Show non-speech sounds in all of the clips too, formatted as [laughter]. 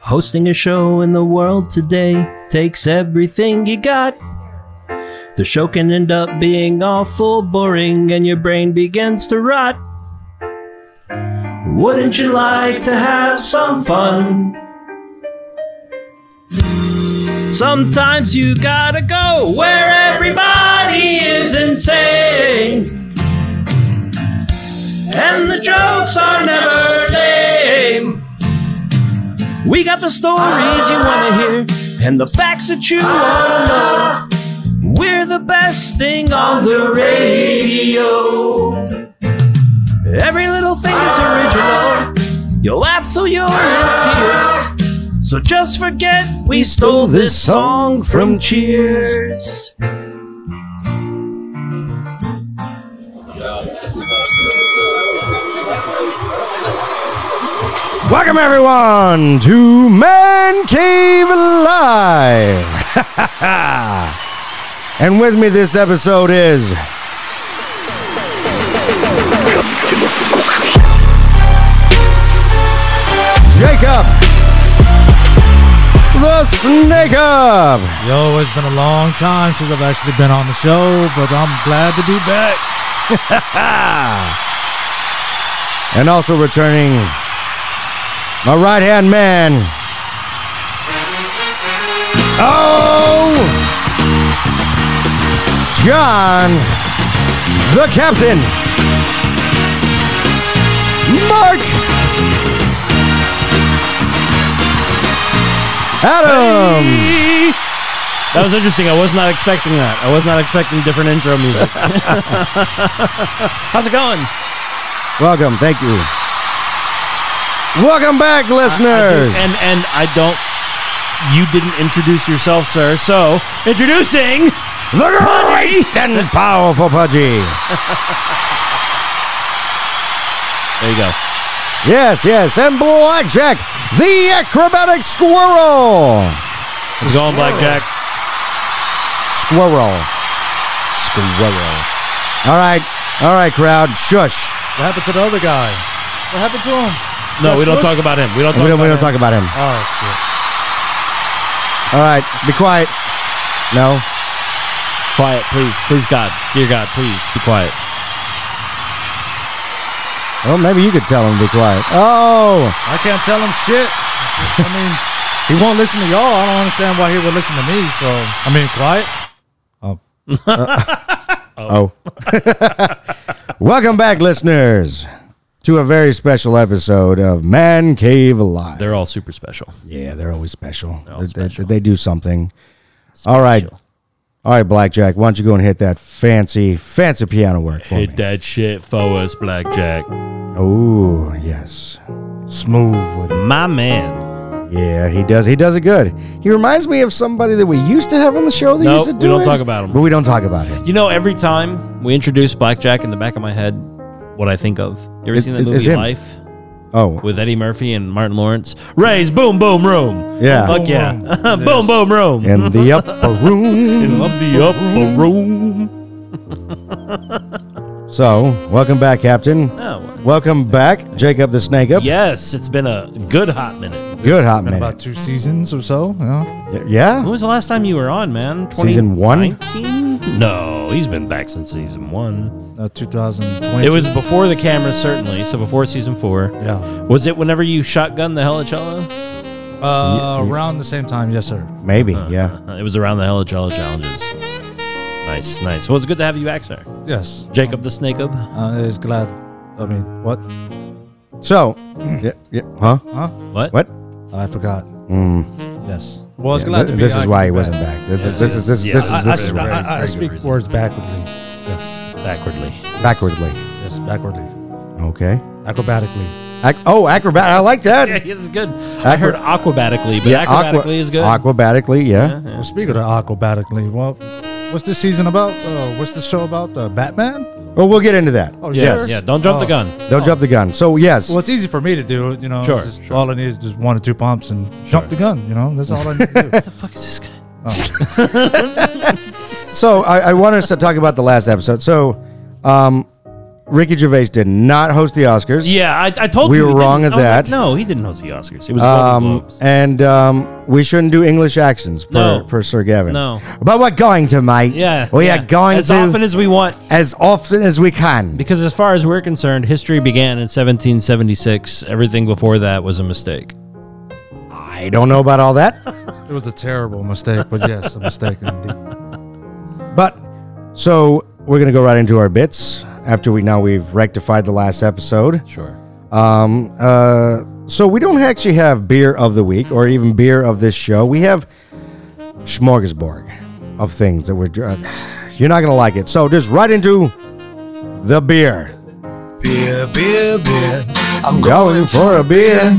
Hosting a show in the world today takes everything you got. The show can end up being awful boring and your brain begins to rot. Wouldn't you like to have some fun? Sometimes you gotta go where everybody is insane. And the jokes are never lame. We got the stories you wanna hear and the facts that you wanna know. We're the best thing on the radio. Every little thing is original. You'll laugh till you're in tears. So just forget we stole this song from Cheers. Welcome everyone to Man Cave Live. [laughs] and with me this episode is Jacob the Snake Up. Yo, it's been a long time since I've actually been on the show, but I'm glad to be back. [laughs] And also returning my right hand man. Oh! John, the captain. Mark! Adams! Um. That was interesting. I was not expecting that. I was not expecting different intro [laughs] music. How's it going? Welcome, thank you. Welcome back, listeners! And and I don't. You didn't introduce yourself, sir. So introducing. The great and powerful Pudgy! There you go. Yes, yes, and Blackjack, the acrobatic squirrel! It's going blackjack. Squirrel. Squirrel. All right, all right, crowd, shush. What happened to the other guy? What happened to him? No, we don't talk about him. We don't talk We don't, about we don't him. talk about him. Oh shit! All right, be quiet. No. Quiet, please. Please, God. Dear God, please be quiet. Well, Oh, maybe you could tell him to be quiet. Oh, I can't tell him shit. I mean, he won't listen to y'all. I don't understand why he would listen to me. So I mean, quiet. oh. [laughs] Welcome back, listeners, to a very special episode of Man Cave Live. They're all super special. yeah, they're always special. all They- they- special. They, do something. All right, Special. all right, Blackjack. Why don't you go and hit that fancy, fancy piano work for Hit me? that shit for us, Blackjack. Oh, yes. Smooth with it. My man. Yeah, he does. He does it good. He reminds me of somebody that we used to have on the show that No, used to we do don't it, talk about him. But we don't talk about him. You know, every time we introduce Blackjack in the back of my head, what I think of. You ever It's- seen that it's- it's movie him. Life Oh, with Eddie Murphy and Martin Lawrence? Raise boom boom room. Yeah. Fuck Boom, yeah. room. [laughs] boom boom room. [laughs] in the upper room. Love the upper room. So, welcome back, Captain. Oh, Welcome back, Jacob the Snake Up. yes, it's been a good hot minute. Good hot Been minute. about two seasons or so. You know? When Yeah. was the last time you were on, man? Season one? 2019? No, he's been back since season one. Uh, 2020. It was before the camera, certainly. So before season four. yeah. Was it whenever you shotgun the Helichella? Uh, around the same time. Yes, sir. Maybe. Yeah. Uh, It was around the Helichella challenges. Nice, nice. Well, it's good to have you back, sir. Yes. Jacob the Snake Up. Uh, is glad. I mean, what? So, yeah, yeah, huh? What? What? I forgot. Yes. Well, it's Mm. glad Th- to be this is I why can he be wasn't back. back. This is this is this Yeah, this is I, I- this is I- very I- I good speak reason. words backwardly. Yes, Backwardly. backwardly. [laughs] yes, backwardly, Okay. acrobatically. Ac- oh, acrobat. I like [laughs] Yeah, that. yeah, that's good. I heard aquabatically, but aqua- acrobatically is good. Aquabatically, yeah. Well, speaking of acrobatically, well, what's this season about? Uh, what's this show about? Uh, Batman? Well, we'll get into that. Oh, Yeah, sure. yeah. Don't jump the Oh. gun. Don't jump the gun. So yes, Well, it's easy for me to do. You know, Sure, it's just- sure. all I need is just one or two pumps and jump the gun. You know, that's all I need to do. The fuck is this guy? so I, I want us to talk about the last episode. So, um, Ricky Gervais did not host the Oscars. Yeah, I, I told We you. were he wrong didn't- at I was like, that. no, he didn't host the Oscars. It was Golden Um, Globes. and um, we shouldn't do English accents per, No. per Sir Gavin. No. But we're going to, mate. Yeah, We yeah. are going as to often as we want, as often as we can. because as far as we're concerned, history began in 1776. Everything before that was a mistake. I don't know about all that. it was a terrible mistake, but yes, a mistake indeed. But so we're gonna go right into our bits after we now we've rectified the last episode. Sure. Um, uh, so we don't actually have beer of the week or even beer of this show. We have smorgasbord of things that we're. Uh, you're not gonna like it. So just right into the beer. Beer, beer, beer. I'm Going for a beer.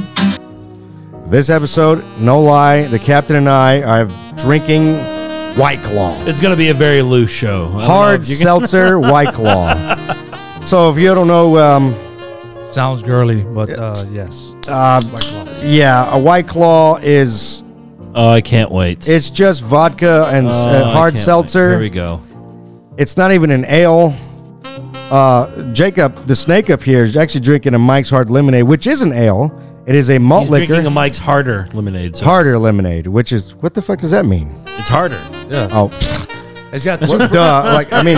This episode, no lie, the captain and I are drinking White Claw. It's going to be a very loose show. I don't know hard if you can- [laughs] seltzer white claw. So if you don't know, um, Sounds girly, but uh, yes. yeah, a white claw is Oh, I can't wait. it's just vodka and s- Oh, uh, I hard can't seltzer. wait. Here we go. It's not even an ale. Uh, Jacob, the snake up here, is actually drinking a Mike's Hard Lemonade, which is an ale. It is a malt He's liquor, drinking a Mike's harder lemonade. So harder lemonade, which is what the fuck does that mean? It's harder. [laughs] Oh, It's got two, what duh! Like I mean,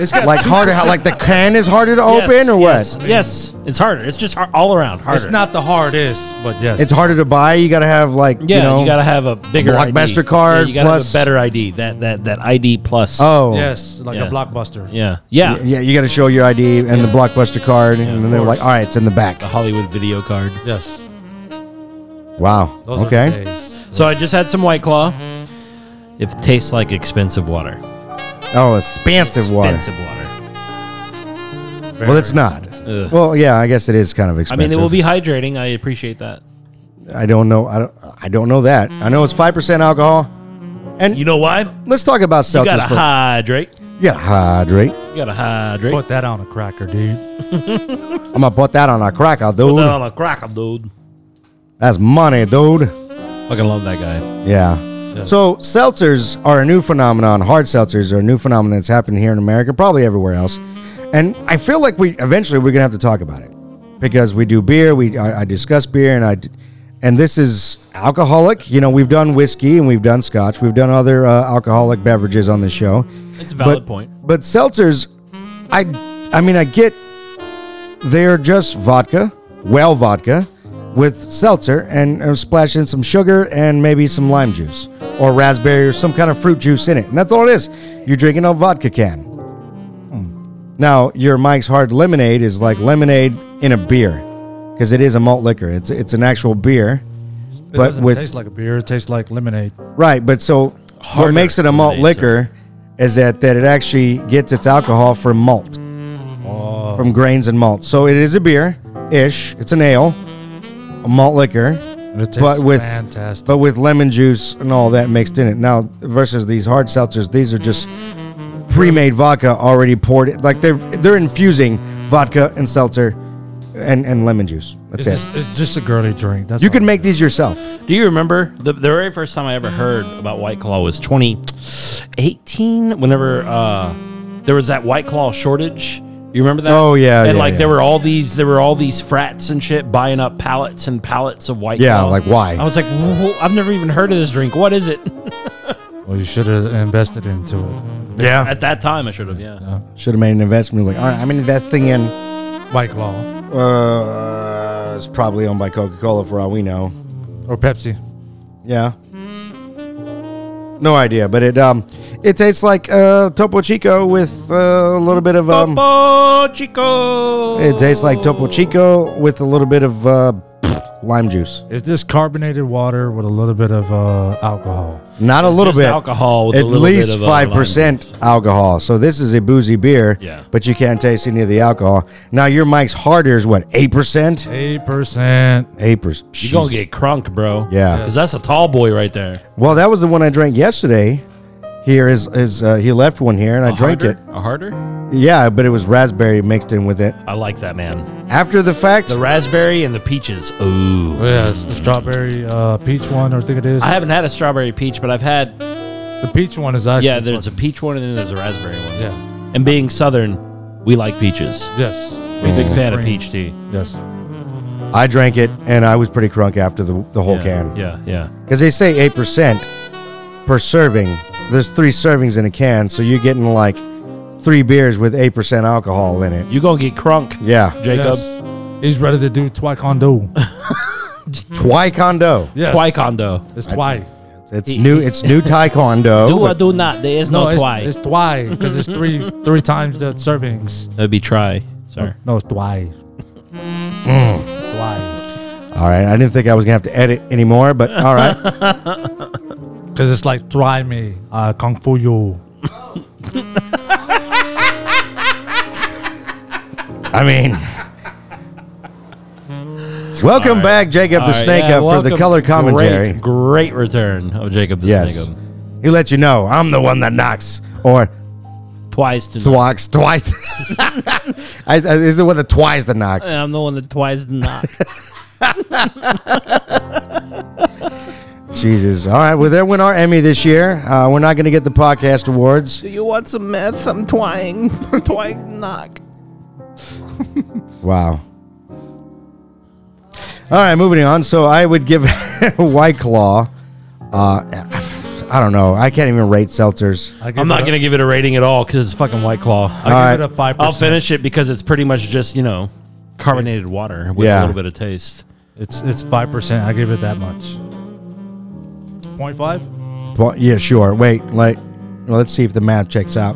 it's got like two- harder, how- like the can is harder to open Yes, or what? Yes, yes, it's harder. It's just har- all around harder. It's not the hardest, but yes. It's harder to buy. You gotta have like Yeah, you, you know gotta have a bigger Blockbuster ID. card Yeah, you gotta plus- have a better ID. That that that ID plus. oh yes, like Yeah. a blockbuster. yeah, yeah. Yeah, you got to show your ID and the blockbuster card, and then they're course. like, "All right, it's in the back." The Hollywood video card. Yes. Wow. Those Are the okay. days. So I just had some White Claw. It tastes like expensive water. Oh, expensive water. Expensive water. Well, it's not. Ugh. Well, yeah, I guess it is kind of I expensive. mean, it will be hydrating. I appreciate that. I don't know. I don't. I don't know that. I know it's five percent alcohol. You know why? You Let's talk about seltzers. gotta for- hydrate. you gotta hydrate. You gotta hydrate. Put that on a cracker, dude. I'm gonna put that on a cracker, dude. Put that on a cracker, dude. That's money, dude. Fucking love that guy. Yeah. So seltzers are a new phenomenon. Hard seltzers are a new phenomenon that's happened here in America, probably everywhere else. And I feel like we eventually we're gonna have to talk about it because we do beer. We I, I discuss beer, and I d- and this is alcoholic. You know, we've done whiskey and we've done scotch. We've done other uh, alcoholic beverages on this show, It's a valid But- point. but seltzers, I I mean I get they're just vodka, well vodka, with seltzer and uh, splash in some sugar and maybe some lime juice or raspberry or some kind of fruit juice in it. And that's all it is. You're drinking a vodka can. Hmm. Now your Mike's Hard Lemonade is like lemonade in a beer because it is a malt liquor. It's it's an actual beer. It But doesn't with- taste like a beer. It tastes like lemonade. Right, but so what Harder makes it a malt lemonade, liquor is that that it actually gets its alcohol from malt, Oh, from grains and malt. So it is a beer ish. It's an ale, a malt liquor, And it tastes but with fantastic. but with lemon juice and all that mixed in it. Now versus these hard seltzers, these are just pre-made vodka already poured. it- Like they're they're infusing vodka and seltzer and and lemon juice. That's it's, it. just, it's just a girly drink. That's you all. can make these yourself. Do you remember the, the very first time I ever heard about White Claw was 2018? Whenever uh, there was that White Claw shortage, you remember that? Oh, yeah, and yeah, like yeah. there were all these there were all these frats and shit buying up pallets and pallets of White Yeah, Claw. like, why? I was like, "Whoa, I've never even heard of this drink. What is it? Well, you should have invested into it. Yeah, At that time, I should have. Yeah. should have made an investment. Like, all right, I'm investing in. White Claw Uh, it's probably owned by Coca Cola for all we know. or Pepsi. Yeah. No idea, but it um, it tastes like uh, Topo Chico with uh, a little bit of um, Topo Chico. it tastes like Topo Chico with a little bit of uh, lime juice. Is this carbonated water with a little bit of uh, alcohol? Not a little Just bit. alcohol with a At little bit least of, uh, five percent alcohol. So this is a boozy beer. Yeah. But you can't taste any of the alcohol. Now your Mike's harder is what eight percent. Eight percent. Eight percent. You gonna get crunk, bro? Yeah. Because that's a tall boy right there. Well, that was the one I drank yesterday. here. His his uh, he left one here, and I A drank harder? it. A harder? Yeah, but it was raspberry mixed in with it. I like that, man. After the fact, The raspberry and the peaches. Ooh. Oh, Yeah, it's the strawberry uh, peach one, or I think it is. I haven't had a strawberry peach, but I've had the peach one is actually. yeah. There's a peach one and then there's a raspberry one. Yeah. And being southern, we like peaches. Yes. Big fan of Cream. peach tea. Yes. I drank it, and I was pretty crunk after the the whole yeah. can. Yeah, yeah. Because they say eight percent per serving. There's three servings in a can, so you're getting like three beers with eight percent alcohol in it. You gonna get crunk, Yeah, Jacob? Yes. He's ready to do [laughs] taekwondo. taekwondo. Yes. Twaikondo. It's twi. It's new. It's new taekwondo. [laughs] Do or do not. There is no, it's, twi. it's twi because [laughs] it's three three times the servings. That'd be try. Sorry. No, it's twi. Mm. Twi. all right, I didn't think I was gonna have to edit anymore, but all [laughs] right. Because it's like try me, uh, kung fu you. I mean, welcome right. back, Jacob the All right, Snake, yeah, up for the welcome. color commentary. Great, great return of Jacob the Yes, Snake. he let you know I'm the one that knocks or Twice to knock. thwacks twice. [laughs] I, I, is the one that twice the knocks. I'm the one that twice to knock. Jesus. All right. Well, there went our Emmy this year. Uh, we're not going to get the podcast awards. Do you want some meth? I'm twang. [laughs] twang knock. Wow. All right. Moving on. So I would give [laughs] White Claw. Uh, I don't know. I can't even rate seltzers. I give I'm it not a- going to give it a rating at all because it's fucking White Claw. I Alright. give it a five. I'll finish it because it's pretty much just, you know, carbonated water with Yeah. a little bit of taste. It's it's five percent. I give it that much. Point five. Well, yeah, sure. Wait. Like, well, let's see if the math checks out.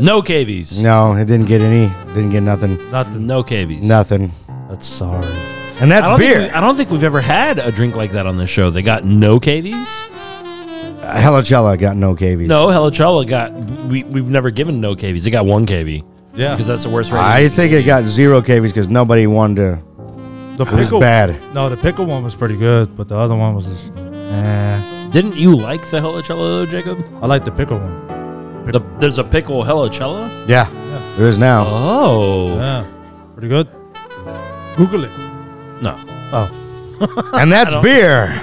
No cavies. No, it didn't get any. Didn't get nothing. Nothing. No cavies. Nothing. That's sorry. And I that's don't, think beer. we- I don't think we've ever had a drink like that on this show. They got no cavies. Uh, Helichella got no cavies. No, Helichella got. We, we've never given no cavies. They got one cavie Yeah. because that's the worst rating. I think it got zero cavies because nobody wanted to. the It was pickle. bad. No, the pickle one was pretty good, but the other one was just. Eh. Didn't you like the Helichella, though, Jacob? I like the pickle one. The, there's a pickle Helichella? Yeah. There is now. Oh. Yeah. Pretty good. Google it. No. Oh. and that's beer.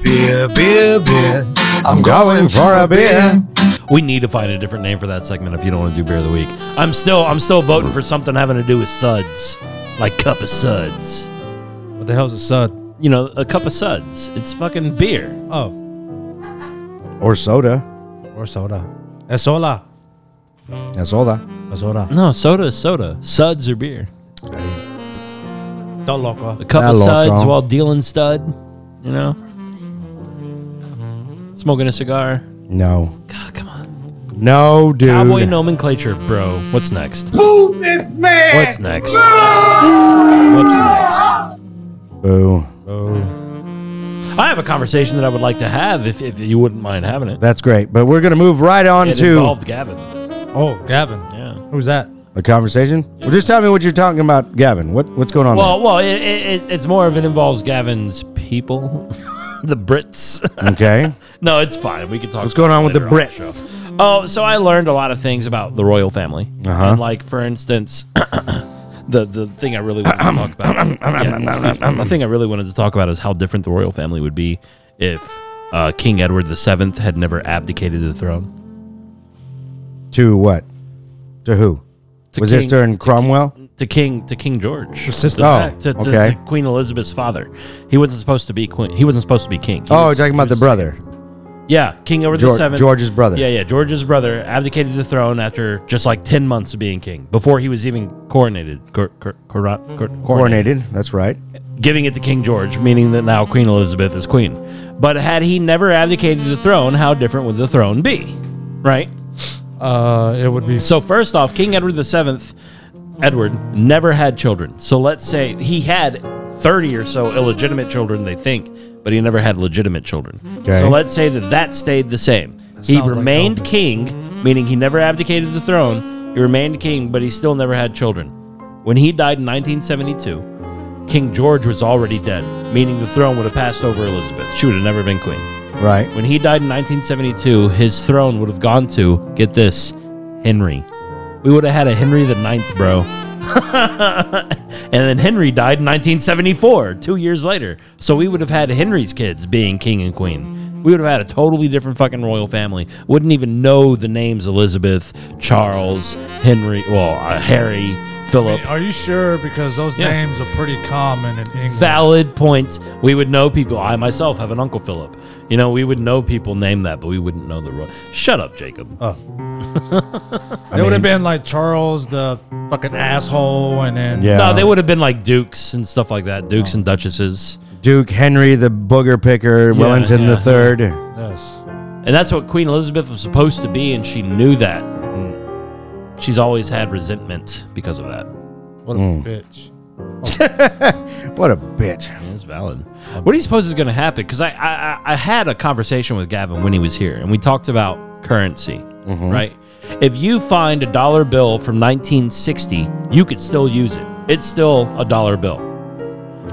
Beer, beer, beer. I'm Going for a beer. We need to find a different name for that segment if you don't want to do beer of the week. I'm still I'm still voting for something having to do with suds. Like cup of suds. What the hell's a sud? You know, a cup of suds. It's fucking beer. Oh. Or soda. Or soda. Es sola. That's all that. Es soda. No, soda is soda. Suds are beer. Don't loco. A cup That of loco. suds while dealing stud, you know? Smoking a cigar. No. God, come on. No, dude. Cowboy nomenclature, bro. What's next? What's next? What's next? Boo. Oh. I have a conversation that I would like to have if, if you wouldn't mind having it. That's great. But we're going to move right on It to involved Gavin. Oh, Gavin. Yeah. Who's that? a conversation. Well, just tell me what you're talking about, Gavin. What What's going on Well, well, it, it, it's- it's more of it involves Gavin's people, [laughs] the Brits. [laughs] there? Okay. no, it's fine. We can talk. What's going on with the later on Brits? show. Oh, so I learned a lot of things about the royal family. Uh-huh. And like, for instance, [coughs] the the thing I really wanted to talk [coughs] about. Yeah, excuse me. the thing I really wanted to talk about is how different the royal family would be if uh, King Edward VII had never abdicated the throne. to what? To who? To Was this King- during Cromwell? to King to King George? sister. To- Oh, to, to, okay. to Queen Elizabeth's father. He wasn't supposed to be queen. He wasn't supposed to be king. He Oh, you're was- talking he about the was- brother. Yeah, King Edward George- the Seventh. George's brother. Yeah, yeah. George's brother abdicated the throne after just like ten months of being king, before he was even coronated. Cor- cor- cora- cor- coronated, Mm-hmm. Coronated. That's right. giving it to King George, meaning that now Queen Elizabeth is queen. But had he never abdicated the throne, how different would the throne be? Right. Uh, it would be. So first off, King Edward VII, Edward never had children. So let's say he had 30 or so illegitimate children, they think, but he never had legitimate children. Okay. So let's say that that stayed the same. he sounds like remained Elvis. king, meaning he never abdicated the throne. He remained king, but he still never had children. When he died in 1972, King George was already dead, meaning the throne would have passed over Elizabeth. She would have never been queen. Right. When he died in 1972, his throne would have gone to, get this, Henry. We would have had a Henry the Ninth, bro. [laughs] and then Henry died in 1974, two years later. So we would have had Henry's kids being king and queen. We would have had a totally different fucking royal family. Wouldn't even know the names Elizabeth, Charles, Henry, well, uh, Harry, Philip. Are you sure? Because those Yeah. names are pretty common in England. Valid point. We would know people. I myself have an uncle Philip. You know, we would know people named that, but we wouldn't know the royal. Shut up, Jacob. it would have been like Charles the fucking asshole, and then Yeah. No, they would have been like dukes and stuff like that, dukes and duchesses. Duke Henry the booger picker, Wellington yeah. the third. Yes. And that's what Queen Elizabeth was supposed to be, and she knew that. And She's always had resentment because of that. What a bitch. What a bitch. That's valid. What do you suppose is going to happen? Because I, I I- I had a conversation with Gavin when he was here, and we talked about currency, right? If you find a dollar bill from 1960, you could still use it. It's still a dollar bill.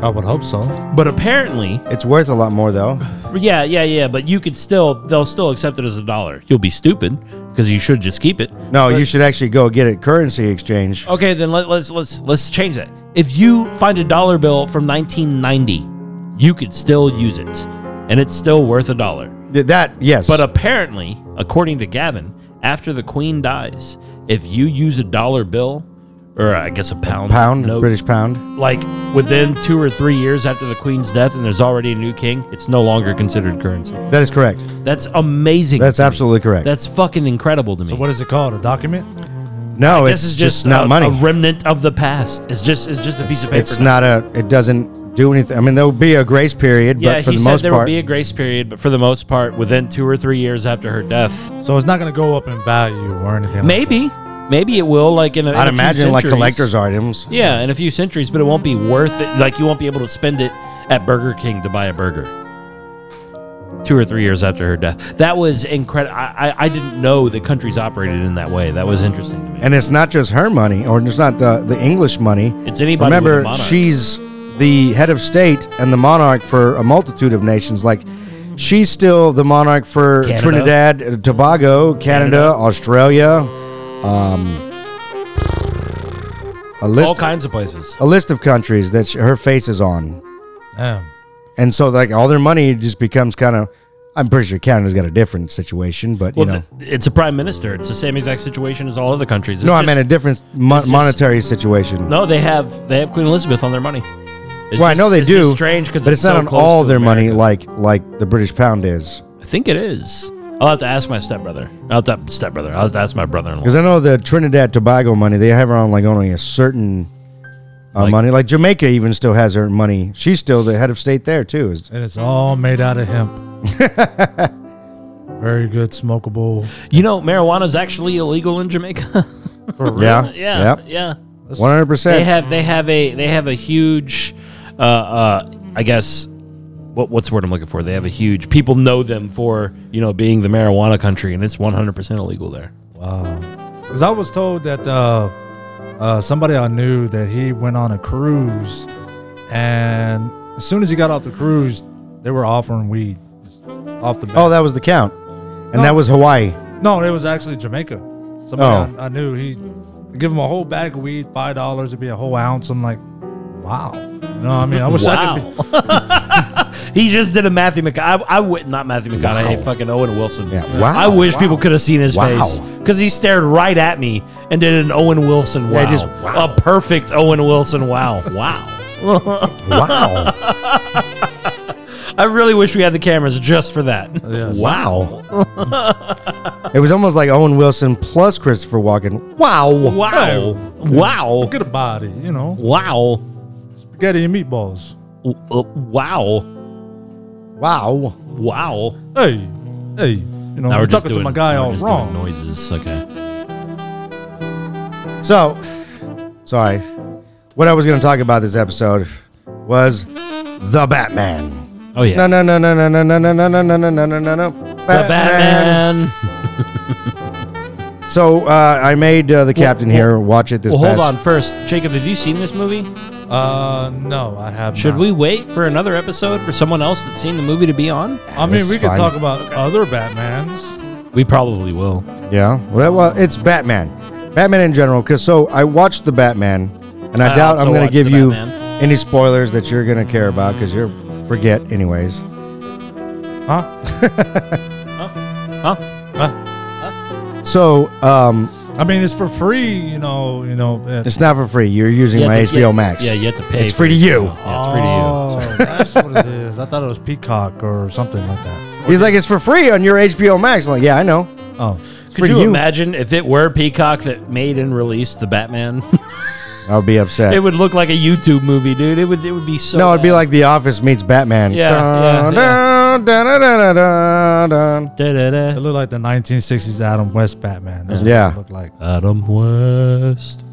I would hope so. But apparently, It's worth a lot more though. yeah, yeah, yeah. But you could still, they'll still accept it as a dollar. You'll be stupid because you should just keep it. No, you should actually go get it currency exchange. Okay, then let, let's let's let's change that. If you find a dollar bill from 1990, you could still use it, and it's still worth a dollar. Th- That yes. But apparently, according to Gavin, after the Queen dies, if you use a dollar bill, or I guess a pound, pound, note, British pound. like within two or three years after the Queen's death, and there's already a new king, it's no longer considered currency. That is correct. That's amazing. That's to me. absolutely correct. That's fucking incredible to me. So what is it called? A document? no, this it's is just, just, not a, money. a remnant of the past. It's just it's just a piece of paper. it's now. not a it doesn't do anything. I mean there'll be a grace period, Yeah, but for he the said most there part would be a grace period, but for the most part, within two or three years after her death, So it's not going to go up in value or anything. maybe, maybe it will. Like in, a, I'd imagine like collectors are. items. Yeah, in a few centuries, but it won't be worth it. Like you won't be able to spend it at Burger King to buy a burger. Two or three years after her death, that was incredible. I, I I didn't know the countries operated in that way. That was interesting to me. And it's not just her money, or it's not the, the English money. It's anybody with a Remember, monarch. she's the head of state and the monarch for a multitude of nations. Like, she's still the monarch for Canada. Trinidad, uh, Tobago, Canada, Canada. Australia. Um, a All list, kinds of places. a list of countries that sh her face is on, Damn. and so like all their money just becomes kind of. I'm pretty sure Canada's got a different situation, but Well, you know. th- it's a prime minister. It's the same exact situation as all other countries. It's no, I just- meant a different mo- just- monetary situation. No, they have they have Queen Elizabeth on their money. It's well, I just- know they it's do. just strange because but it's, not on all their money like like the British pound is. I think it is. I'll have to ask my stepbrother. I'll have to stepbrother. I'll have to ask my brother-in-law. Because I know the Trinidad Tobago money they have her on like only a certain uh, Like- money. Like Jamaica even still has her money. She's still the head of state there too. Is- And it's all made out of hemp. Very good smokable. You know, marijuana is actually illegal in Jamaica. [laughs] For real. Yeah, yeah, yeah, yeah. one hundred They percent. have they have a they have a huge, uh, uh, I guess, what what's the word I'm looking for? They have a huge. People know them for you know being the marijuana country, and it's 100 percent illegal there. Because I was told that uh, uh, somebody I knew that he went on a cruise, and as soon as he got off the cruise, they were offering weed off the Oh, bat. that was the count, and No. Oh. that Oh. was [laughs] Hawaii. no, it was actually Jamaica. Somebody I, I knew he give him a whole bag of weed, five dollars it'd be a whole ounce. I'm like, wow. You know, what I mean, I wish I could. [laughs] Be, he just did a Matthew McConaughey. I, I would not Matthew McConaughey. Fucking Owen Wilson. Yeah, wow, I wish people could have seen his Wow. face because he stared right at me and did an Owen Wilson. Wow. Yeah, just wow. A perfect Owen Wilson. Wow. Wow. Wow, I really wish we had the cameras just for that. [laughs] wow. it was almost like Owen Wilson plus Christopher Walken. Wow, Wow. Wow. Get a body, you know, Wow. spaghetti and meatballs. W- uh, Wow. wow. Wow. Hey, hey, you know, I'm talking to my guy all wrong. noises. Okay. So, sorry. What I was going to talk about this episode was the Batman. Oh yeah. No, no, no, no, no, no, no, no, no, no, no, no, no, no, no, no. The Batman. So uh, I made uh, the captain here watch it this Well, hold past- on first. Jacob, have you seen this movie? Uh, no, I have. Should not. we wait for another episode for someone else that's seen the movie to be on? I This mean, is we could fine. talk about other Batmans. We probably will. Yeah. Well, well, it's Batman. Batman in general. Because so I watched the Batman, and I, I doubt also I'm going to watched give The you Batman. any spoilers that you're going to care about because you're forget anyways. Huh? Huh? So um, I mean, it's for free. You know. You know. uh, it's not for free. You're using You my have to- HBO yeah, Max. Yeah, you have to pay. It's for free to it. you. Yeah, it's free to you. Oh, [laughs] that's what it is. I thought it was Peacock or something like that. He's like, it's for free on your HBO Max. I'm like, yeah, I know. Oh, Could free to you you. imagine if it were Peacock that made and released the Batman? [laughs] I'll be upset. it would look like a YouTube movie, dude. It would. It would be so. no, it'd be bad. like The Office meets Batman. Yeah, Dun, yeah, yeah. dun, dun, dun, dun, dun, dun. Da-da-da. it looked like the 1960s Adam West Batman. That's Yeah. what it looked like. Adam West.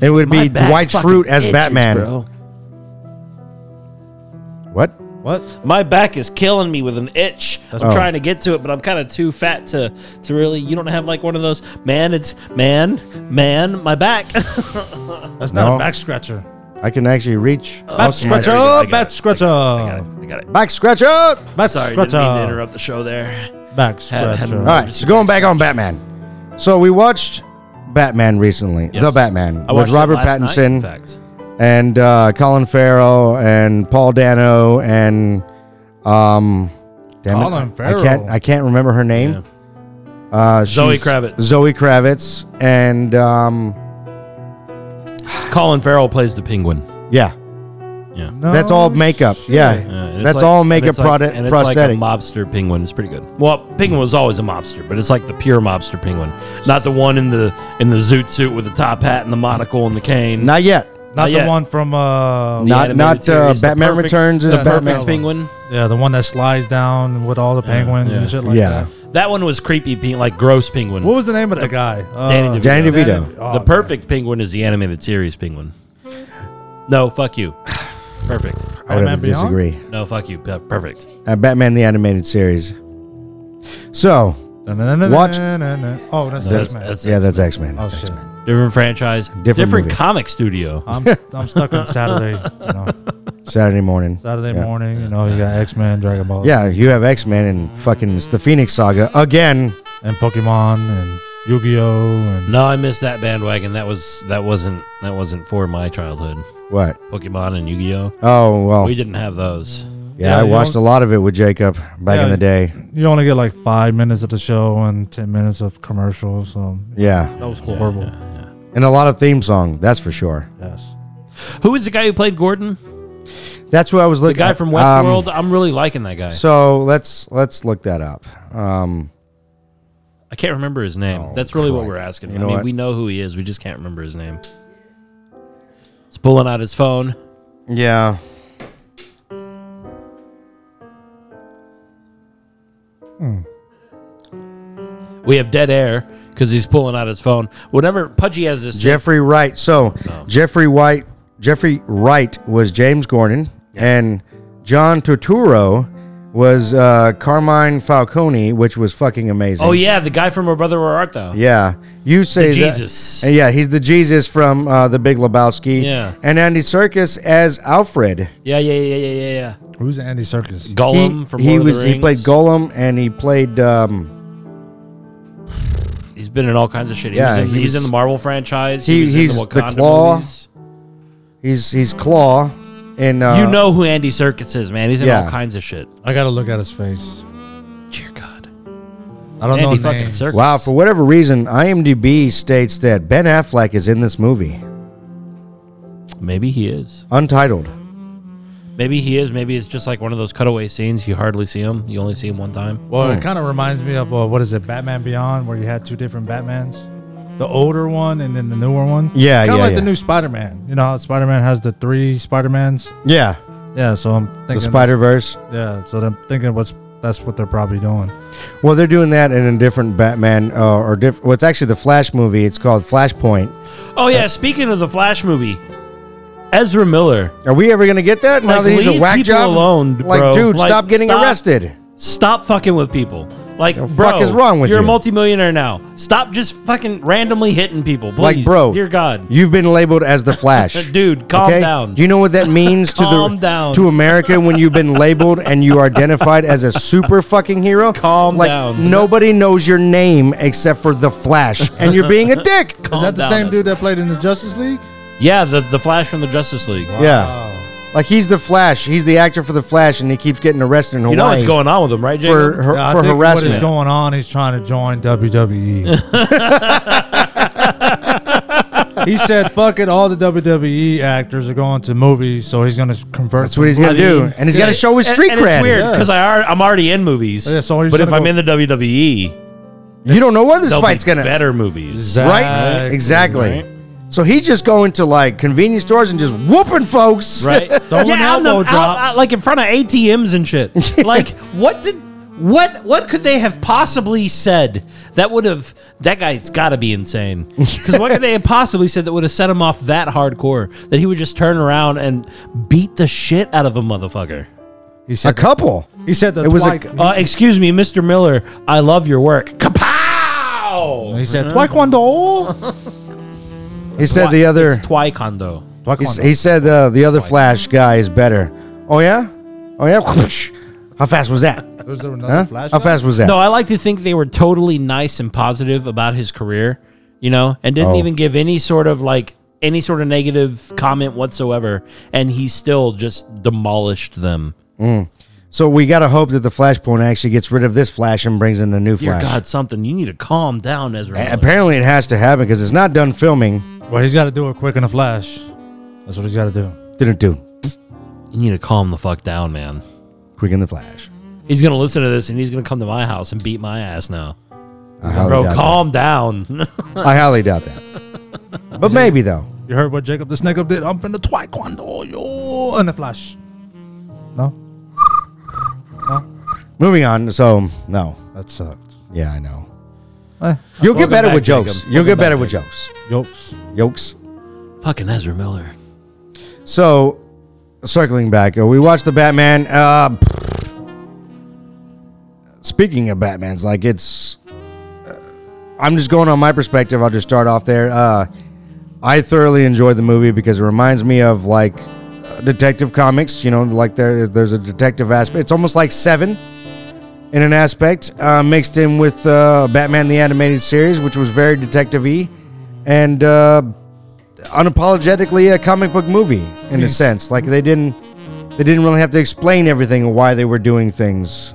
It would My be back Dwight fucking Schrute as itches, Batman. bro. What? What? My back is killing me with an itch. I'm Oh. trying to get to it, but I'm kind of too fat to to really. You don't have like one of those. Man, it's man, man. My back. Oh. That's not No. a back scratcher. I can actually reach. Oh, Back most of my- scratcher. I got it. Back [laughs] scratcher. I got it. Back scratch up. Back Sorry, didn't mean uh, to scratcher. interrupt the show there. Back Had- had- All scratcher. right, so going back on Batman. So we watched Batman recently, Yes. the Batman I with watched it Robert last night, in Pattinson fact. and uh, Colin Farrell and Paul Dano and um, damn Colin it, I- I can't Farrell. I can't remember her name. Uh, Zoe she's- Kravitz. Zoe Kravitz and um, Colin Farrell plays the Penguin. yeah, Yeah. No that's all makeup. Oh, shit. Yeah, Yeah, and it's that's like- all and makeup it's like- product and it's prosthetic. Like a mobster penguin It's pretty good. Well, penguin was always a mobster, but it's like the pure mobster penguin, not the one in the in the zoot suit with the top hat and the monocle and the cane. Not yet. Not the yet. one from. uh The not- animated not, uh, series, the Batman perfect- Returns is the perfect Batman. penguin. Yeah, the one that slides down with all the penguins yeah. and shit like Yeah. that. That one was creepy, pe- like gross penguin. What was the name of that guy? Uh, Danny DeVito. Danny DeVito. oh, the man. perfect penguin is the animated series penguin. No, fuck you. Perfect. I would Batman have to Beyond? disagree. No, fuck you. Pe- Perfect. Uh, Batman the animated series. So Watch- Watch. Oh, that's That's- that's man. that's- yeah, that's X Men. Oh shit. Different franchise, different, movie. comic studio. I'm [laughs] I'm stuck on Saturday. You know, Saturday morning. Saturday Yeah. morning. You know, you got X Men, Dragon Oh. Ball, Yeah, you have X Men and fucking it's the Phoenix Saga again. and Pokemon and Yu Gi Oh and No, I missed that bandwagon. That was that wasn't that wasn't for my childhood. What? Pokemon and Yu-Gi-Oh. Oh well, We yeah, didn't have those. Yeah, I you watched a lot of it with Jacob back Yeah, in the day. you only get like five minutes of the show and ten minutes of commercials. So Yeah, that was horrible. and a lot of theme song. That's for sure. Yes. Who was the guy who played Gordon? That's what I was The looking. guy from um, Westworld. I'm really liking that guy. so let's let's look that up. Um, I can't remember his name. That's really what Christ. we're asking. Oh, You I know mean, what? we know who he is. We just can't remember his name. He's pulling out his phone. yeah, We have dead air because he's pulling out his phone. Whatever. Pudgy has this. thing- Jeffrey Wright. So Jeffrey White, Jeffrey Wright was James Gordon, and John Turturro was uh, Carmine Falcone, which was fucking amazing. oh yeah, the guy from Our Brother Where Art Thou? Yeah, you say that- Jesus. And yeah, he's the Jesus from uh, the Big Lebowski. Yeah. and Andy Circus as Alfred. Yeah, yeah, yeah, yeah, yeah, yeah. Who's Andy Circus? Gollum he, from he Lord was of the he played Rings. Golem and he played um, He's been in all kinds of shit. He Yeah, was in, he he's was- in the Marvel franchise. he- was he's the in the, Wakanda Claw. movies. he's he's Claw in uh, you know who Andy Serkis is, man. He's in yeah. all kinds of shit. I gotta look at his face. Dear God. I don't Andy know fucking names. Serkis. Wow, for whatever reason, IMDb states that Ben Affleck is in this movie, Maybe he is. untitled. Maybe he is. Maybe it's just like one of those cutaway scenes. You hardly see him. You only see him one time. Well, Hmm. it kind of reminds me of uh, what is it, Batman Beyond, where you had two different Batmans, the older one and then the newer one. Yeah, kind yeah, of like yeah. the new Spider-Man. You know how Spider-Man has the three Spider-Mans. Yeah, Yeah, so I'm thinking the Spider Verse. Yeah, so I'm thinking what's that's what they're probably doing. Well, they're doing that in a different Batman uh, or diff- well, it's actually the Flash movie. It's called Flashpoint. Oh yeah. Speaking of the Flash movie, Ezra Miller. Are we ever gonna get that now Like, that he's a leave whack people job? alone, like, bro. dude, Like, stop getting stop. arrested. Stop fucking with people. Like, The bro, fuck is wrong with you're a you? multimillionaire now. Stop just fucking randomly hitting people, please. like, bro, dear God, you've been labeled as the Flash, [laughs] Dude, calm down. Do you know what that means to [laughs] Calm the down. to America when you've been labeled and you are identified as a super fucking hero? [laughs] Calm like, down. Nobody knows your name except for the Flash, and you're being [laughs] a dick. calm Is that the down. same dude that played in the Justice League? Yeah, the the Flash from the Justice League. Yeah, like he's the Flash. He's the actor for the Flash, and he keeps getting arrested in Hawaii You know what's going on with him, right, Jacob? for har- Yeah, I for think harassment. What is going on? He's trying to join [laughs] E. WWE. he said, "Fuck it, all the WWE actors are going to movies, so he's going to convert." That's what he's gonna I mean, do, and he's got to show his And- street and cred. It's weird yeah. because I'm already in movies. Yeah, so he's but if gonna I'm go- in the WWE, You don't know where this they'll fight's be gonna [laughs] better movies. right exactly. Right. So he's just going to like convenience stores and just whooping folks. Right? Throwing out in the- elbow out- drops. out, like in front of ATMs and shit. [laughs] like what did what what could they have possibly said that would have that guy's got to be insane? [laughs] Because what could they have possibly said that would have set him off that hardcore that he would just turn around and beat the shit out of a motherfucker? [laughs] He a said. couple. He said the It was a- twi- Uh, excuse me, Mr. Miller. I love your work. Kapow! he said Taekwondo. He said the other. It's Taekwondo. He, s- he said uh, the other Flash guy is better. Oh yeah, oh yeah. [laughs] How fast was that? Was there another Huh? flashback? How fast was that? No, I like to think they were totally nice and positive about his career, you know, and didn't Oh. even give any sort of like any sort of negative comment whatsoever. And he still just demolished them. So we gotta hope that the Flashpoint actually gets rid of this Flash and brings in a new Dear Flash. God, something. You need to calm down, Ezra. A- Miller. Apparently, it has to happen because it's not done filming. Well, he's got to do it quick in a flash. That's what he's got to do. Didn't do. you need to calm the fuck down, man. Quick in the Flash. He's going to listen to this and he's going to come to my house and beat my ass now. I highly, Bro, doubt calm down. that. I highly doubt that. But maybe though. You heard what Jacob the Snake Up did? I'm finna Taekwondo, yo, in a flash. No, Moving on. So no. that sucked. Yeah, I know. Eh, You'll get Welcome better back, with jokes. Jacob. You'll get Welcome better back, with Jacob. jokes. Yokes. yokes. [laughs] Fucking Ezra Miller. So, circling back, uh, we watched the Batman. Uh, speaking of Batman's, like it's, I'm just going on my perspective. I'll just start off there. Uh, I thoroughly enjoyed the movie because it reminds me of like detective comics. You know, like there there's a detective aspect. It's almost like Seven. In an aspect, uh, mixed in with uh, Batman the Animated Series, which was very detective-y, and uh, unapologetically a comic book movie in a sense. Like they didn't they didn't really have to explain everything and why they were doing things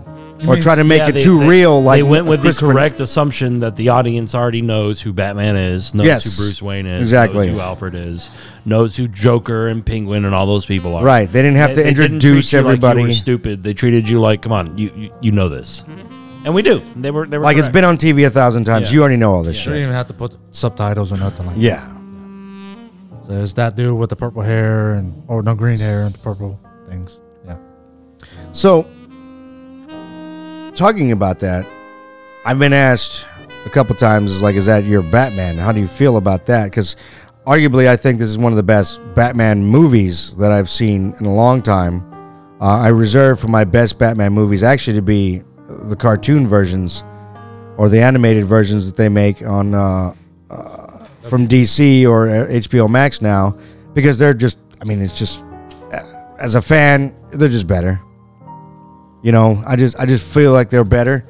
or mean- try to make Yeah, it they- too they- real. Like they went with the Christopher- correct assumption that the audience already knows who Batman is, knows Yes, who Bruce Wayne is, exactly. knows who Alfred is, knows who Joker and Penguin and all those people are. Right. They didn't have to They- they didn't introduce treat you like you were everybody. Like, stupid. They treated you like, come on, you, you you know this, and we do. They were they were it's correct. been on TV a thousand times. Yeah. You already know all this They shit. didn't even have to put subtitles or nothing like Yeah. that. So it's that dude with the purple hair and or no green hair and the purple things. Yeah. So, talking about that, I've been asked a couple times, like, is that your Batman? How do you feel about that? Because arguably, I think this is one of the best Batman movies that I've seen in a long time. Uh, I reserve for my best Batman movies actually to be the cartoon versions or the animated versions that they make on uh, uh, from DC or uh, HBO Max now because they're just, I mean, it's just uh, as a fan, they're just better. You know, I just I just feel like they're better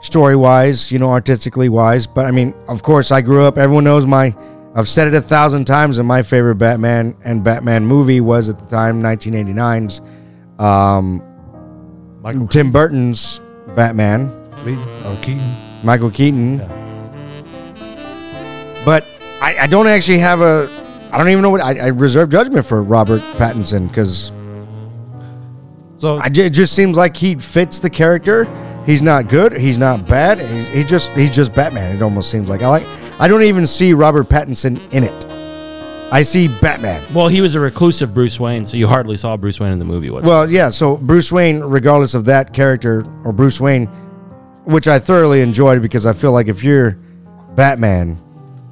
story wise, you know, artistically wise. But I mean, of course, I grew up. Everyone knows my. I've said it a thousand times, and my favorite Batman and Batman movie was at the time 1989's Michael Tim Burton's Batman, Lee or Keaton. Michael Keaton. But I, I don't actually have a. I don't even know what I, I reserve judgment for Robert Pattinson because So I ju- it just seems like he fits the character. He's not good. He's not bad. He, he just he's just Batman. It almost seems like I like. I don't even see Robert Pattinson in it. I see Batman. well, he was a reclusive Bruce Wayne, so you hardly saw Bruce Wayne in the movie. What's Well, yeah. So Bruce Wayne, regardless of that character or Bruce Wayne, which I thoroughly enjoyed because I feel like if you're Batman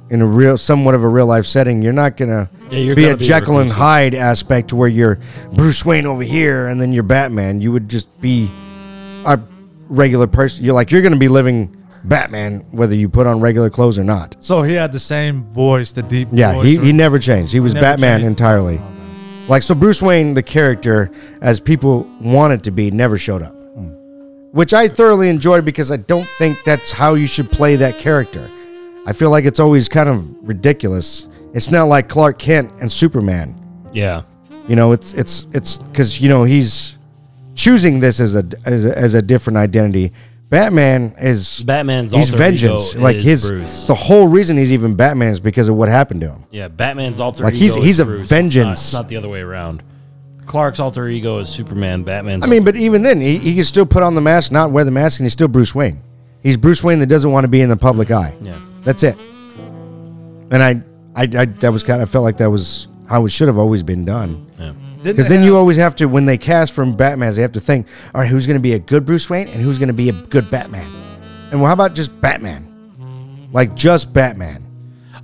in a real, somewhat of a real life setting, you're not gonna Yeah, you're be gonna a be Jekyll and reclusive. Hyde aspect to where you're Bruce Wayne over here and then you're Batman. You would just be a regular person. You're like you're going to be living Batman whether you put on regular clothes or not. So he had the same voice, the deep. Yeah, voice he, or- he never changed. He was Never Batman changed. Oh, entirely. Like so Bruce Wayne the character as people wanted to be never showed up. Hmm. Which I thoroughly enjoyed because I don't think that's how you should play that character. I feel like it's always kind of ridiculous. It's not like Clark Kent and Superman. Yeah. You know, it's it's it's because you know he's choosing this as a as a, as a different identity. Batman is Batman's he's alter ego vengeance. Like is his Bruce. the whole reason he's even Batman is because of what happened to him. Yeah, Batman's alter Like, ego. he's- is he's a Bruce. It's not- vengeance. It's not, the other way around. Clark's alter ego is Superman. Batman's. I mean, alter- but even then, he, he can still put on the mask, not wear the mask, and he's still Bruce Wayne. He's Bruce Wayne that doesn't want to be in the public eye. yeah, That's it. And I, I, I that was kind of I felt like that was how it should have always been done. yeah. Didn't Because they then you have- always have to, when they cast from Batman, they have to think, all right, who's going to be a good Bruce Wayne and who's going to be a good Batman? And well, how about just Batman? Like just Batman.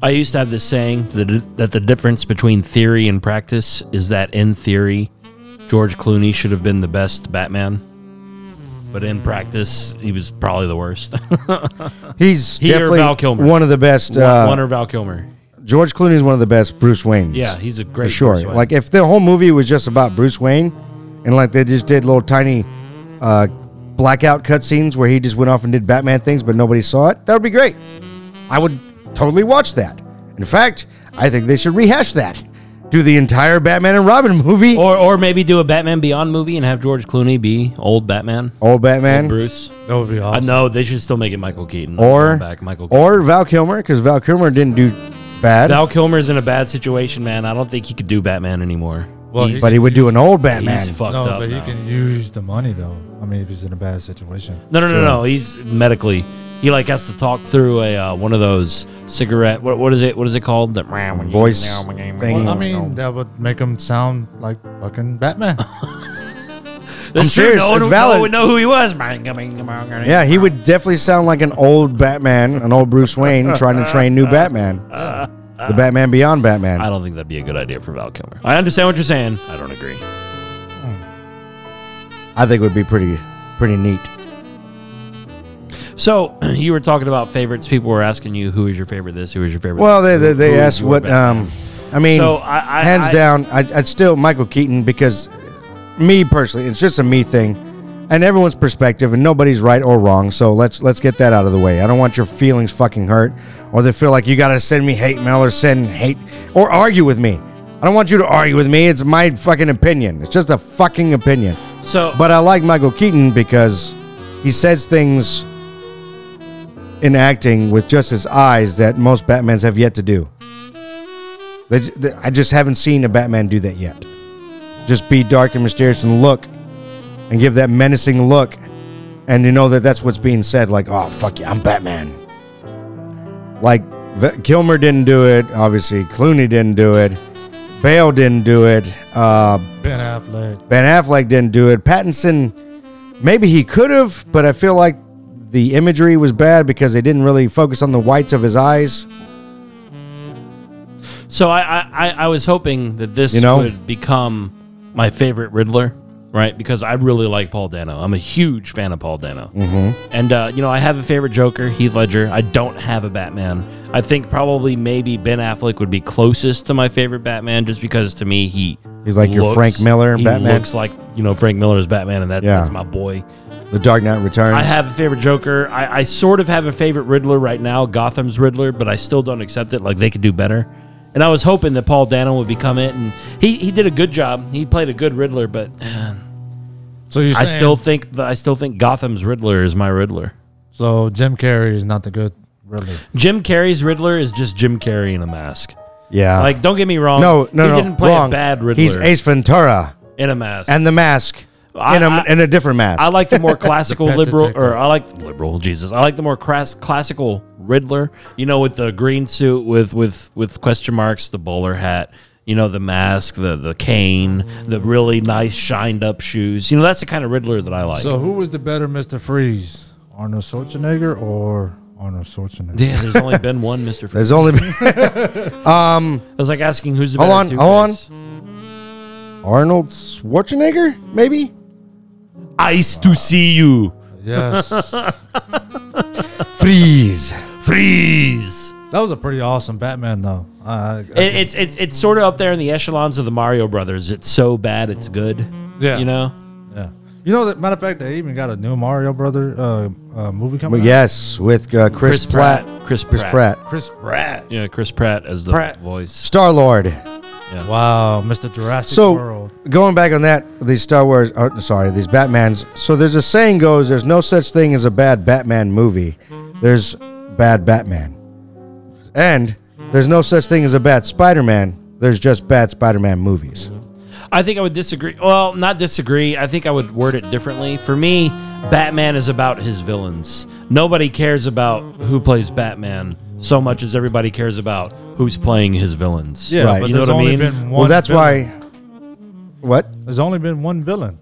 I used to have this saying that that the difference between theory and practice is that in theory, George Clooney should have been the best Batman, but in practice, he was probably the worst. [laughs] He's He or definitely Val Kilmer. one of the best. Uh, One or Val Kilmer. George Clooney is one of the best Bruce Waynes. Yeah, he's a great. for sure. Bruce Wayne. Like if the whole movie was just about Bruce Wayne, and like they just did little tiny uh, blackout cutscenes where he just went off and did Batman things, but nobody saw it, that would be great. I would totally watch that. In fact, I think they should rehash that. Do the entire Batman and Robin movie, or or maybe do a Batman Beyond movie and have George Clooney be old Batman, old Batman, Bruce. That would be Uh, awesome. no, they should still make it Michael Keaton. I'm or going back Michael Keaton. or Val Kilmer, because Val Kilmer didn't do bad, Val Kilmer's in a bad situation, man. I don't think he could do Batman anymore. Well, he's, but he would do an old Batman. he's fucked No, up. but he now. can use the money though. I mean, if he's in a bad situation. no, no, no, no. He's medically. He like has to talk through a uh, one of those cigarette. What what is it? What is it called? That Voice thing. Well, I No, mean, no. that would make him sound like [laughs] fucking Batman. I'm serious, No one, it's would- valid. No one would know who he was. man. Yeah, he would definitely sound like an old Batman, an old Bruce Wayne trying to train new Batman. The Batman Beyond Batman. I don't think that'd be a good idea for Val Kilmer. I understand what you're saying. I don't agree. I think would be pretty pretty neat. So [clears throat] you were talking about favorites. People were asking you who is your favorite this, who is your favorite. Well, they that. they, Who they is asked your what Batman? um I mean So I, I hands I- down I, I'd still Michael Keaton because me personally it's just a me thing and everyone's perspective and nobody's right or wrong so let's let's get that out of the way I don't want your feelings fucking hurt or they feel like you gotta send me hate mail or send hate or argue with me I don't want you to argue with me it's my fucking opinion it's just a fucking opinion So But I like Michael Keaton because he says things in acting with just his eyes that most Batmans have yet to do. They j- they- I just haven't seen a Batman do that yet. Just be dark and mysterious and look and give that menacing look and you know that that's what's being said like, oh, fuck you, I'm Batman. Like, V- Kilmer didn't do it, obviously. Clooney didn't do it. Bale didn't do it. Uh, ben Affleck. Ben Affleck didn't do it. Pattinson, maybe he could have, but I feel like the imagery was bad because they didn't really focus on the whites of his eyes. So I, I, I- I was hoping that this You know? would become my favorite Riddler, right? Because I really like Paul Dano. I'm a huge fan of Paul Dano. Mm-hmm. And, uh, you know, I have a favorite Joker, Heath Ledger. I don't have a Batman. I think probably maybe Ben Affleck would be closest to my favorite Batman just because to me he. He's like your Frank Miller he Batman. looks like, you know, Frank Miller's Batman, and that, Yeah. that's my boy. The Dark Knight Returns. I have a favorite Joker. I, I sort of have a favorite Riddler right now, Gotham's Riddler, but I still don't accept it. Like they could do better. And I was hoping that Paul Dano would become it, and he, he did a good job. He played a good Riddler, but So you I still think I still think Gotham's Riddler is my Riddler. so Jim Carrey is not the good Riddler. Jim Carrey's Riddler is just Jim Carrey in a mask. yeah. Like, don't get me wrong. Ah. no, no, he no, didn't play wrong. a bad Riddler He's Ace Ventura in a mask. and the Mask I- in, a, I- in a different mask. I like [laughs] the more classical pet liberal, detective. or I like liberal Jesus. I like the more crass, classical Riddler. You know, with the green suit, with with with question marks, the bowler hat. You know, the mask, the the cane, the really nice shined up shoes. You know, that's the kind of Riddler that I like. So who was the better Mister Freeze, Arnold Schwarzenegger or Arnold Schwarzenegger? yeah, there's only been [laughs] one Mister. Freeze. There's only I was like asking who's the Hold better on, hold Two-Face? Arnold Schwarzenegger, maybe? Ice to see you. [laughs] Yes. that Freeze. Freeze. was a pretty awesome Batman, though. Uh, It, it's it's it's sort of up there in the echelons of the Mario Brothers. It's so bad, it's good. Yeah. You know. yeah. You know, that matter of fact, they even got a new Mario Brother uh, uh, movie coming. Well, out. yes, with uh, Chris, Pratt. Chris Chris Pratt. Pratt. Chris Pratt. Yeah, Chris Pratt as the Pratt. voice. Star Lord. Wow, Mr. Jurassic So World. going back on that, these Star Wars. Or, sorry, these Batman's. So there's a saying goes: there's no such thing as a bad Batman movie. There's bad Batman, and there's no such thing as a bad Spider-Man. There's just bad Spider-Man movies. I think I would disagree. Well, not disagree. I think I would word it differently. For me, Batman is about his villains. Nobody cares about who plays Batman so much as everybody cares about who's playing his villains. Yeah, Right. but You know there's what I only mean? been one. well, that's villain. why. What? there's only been one villain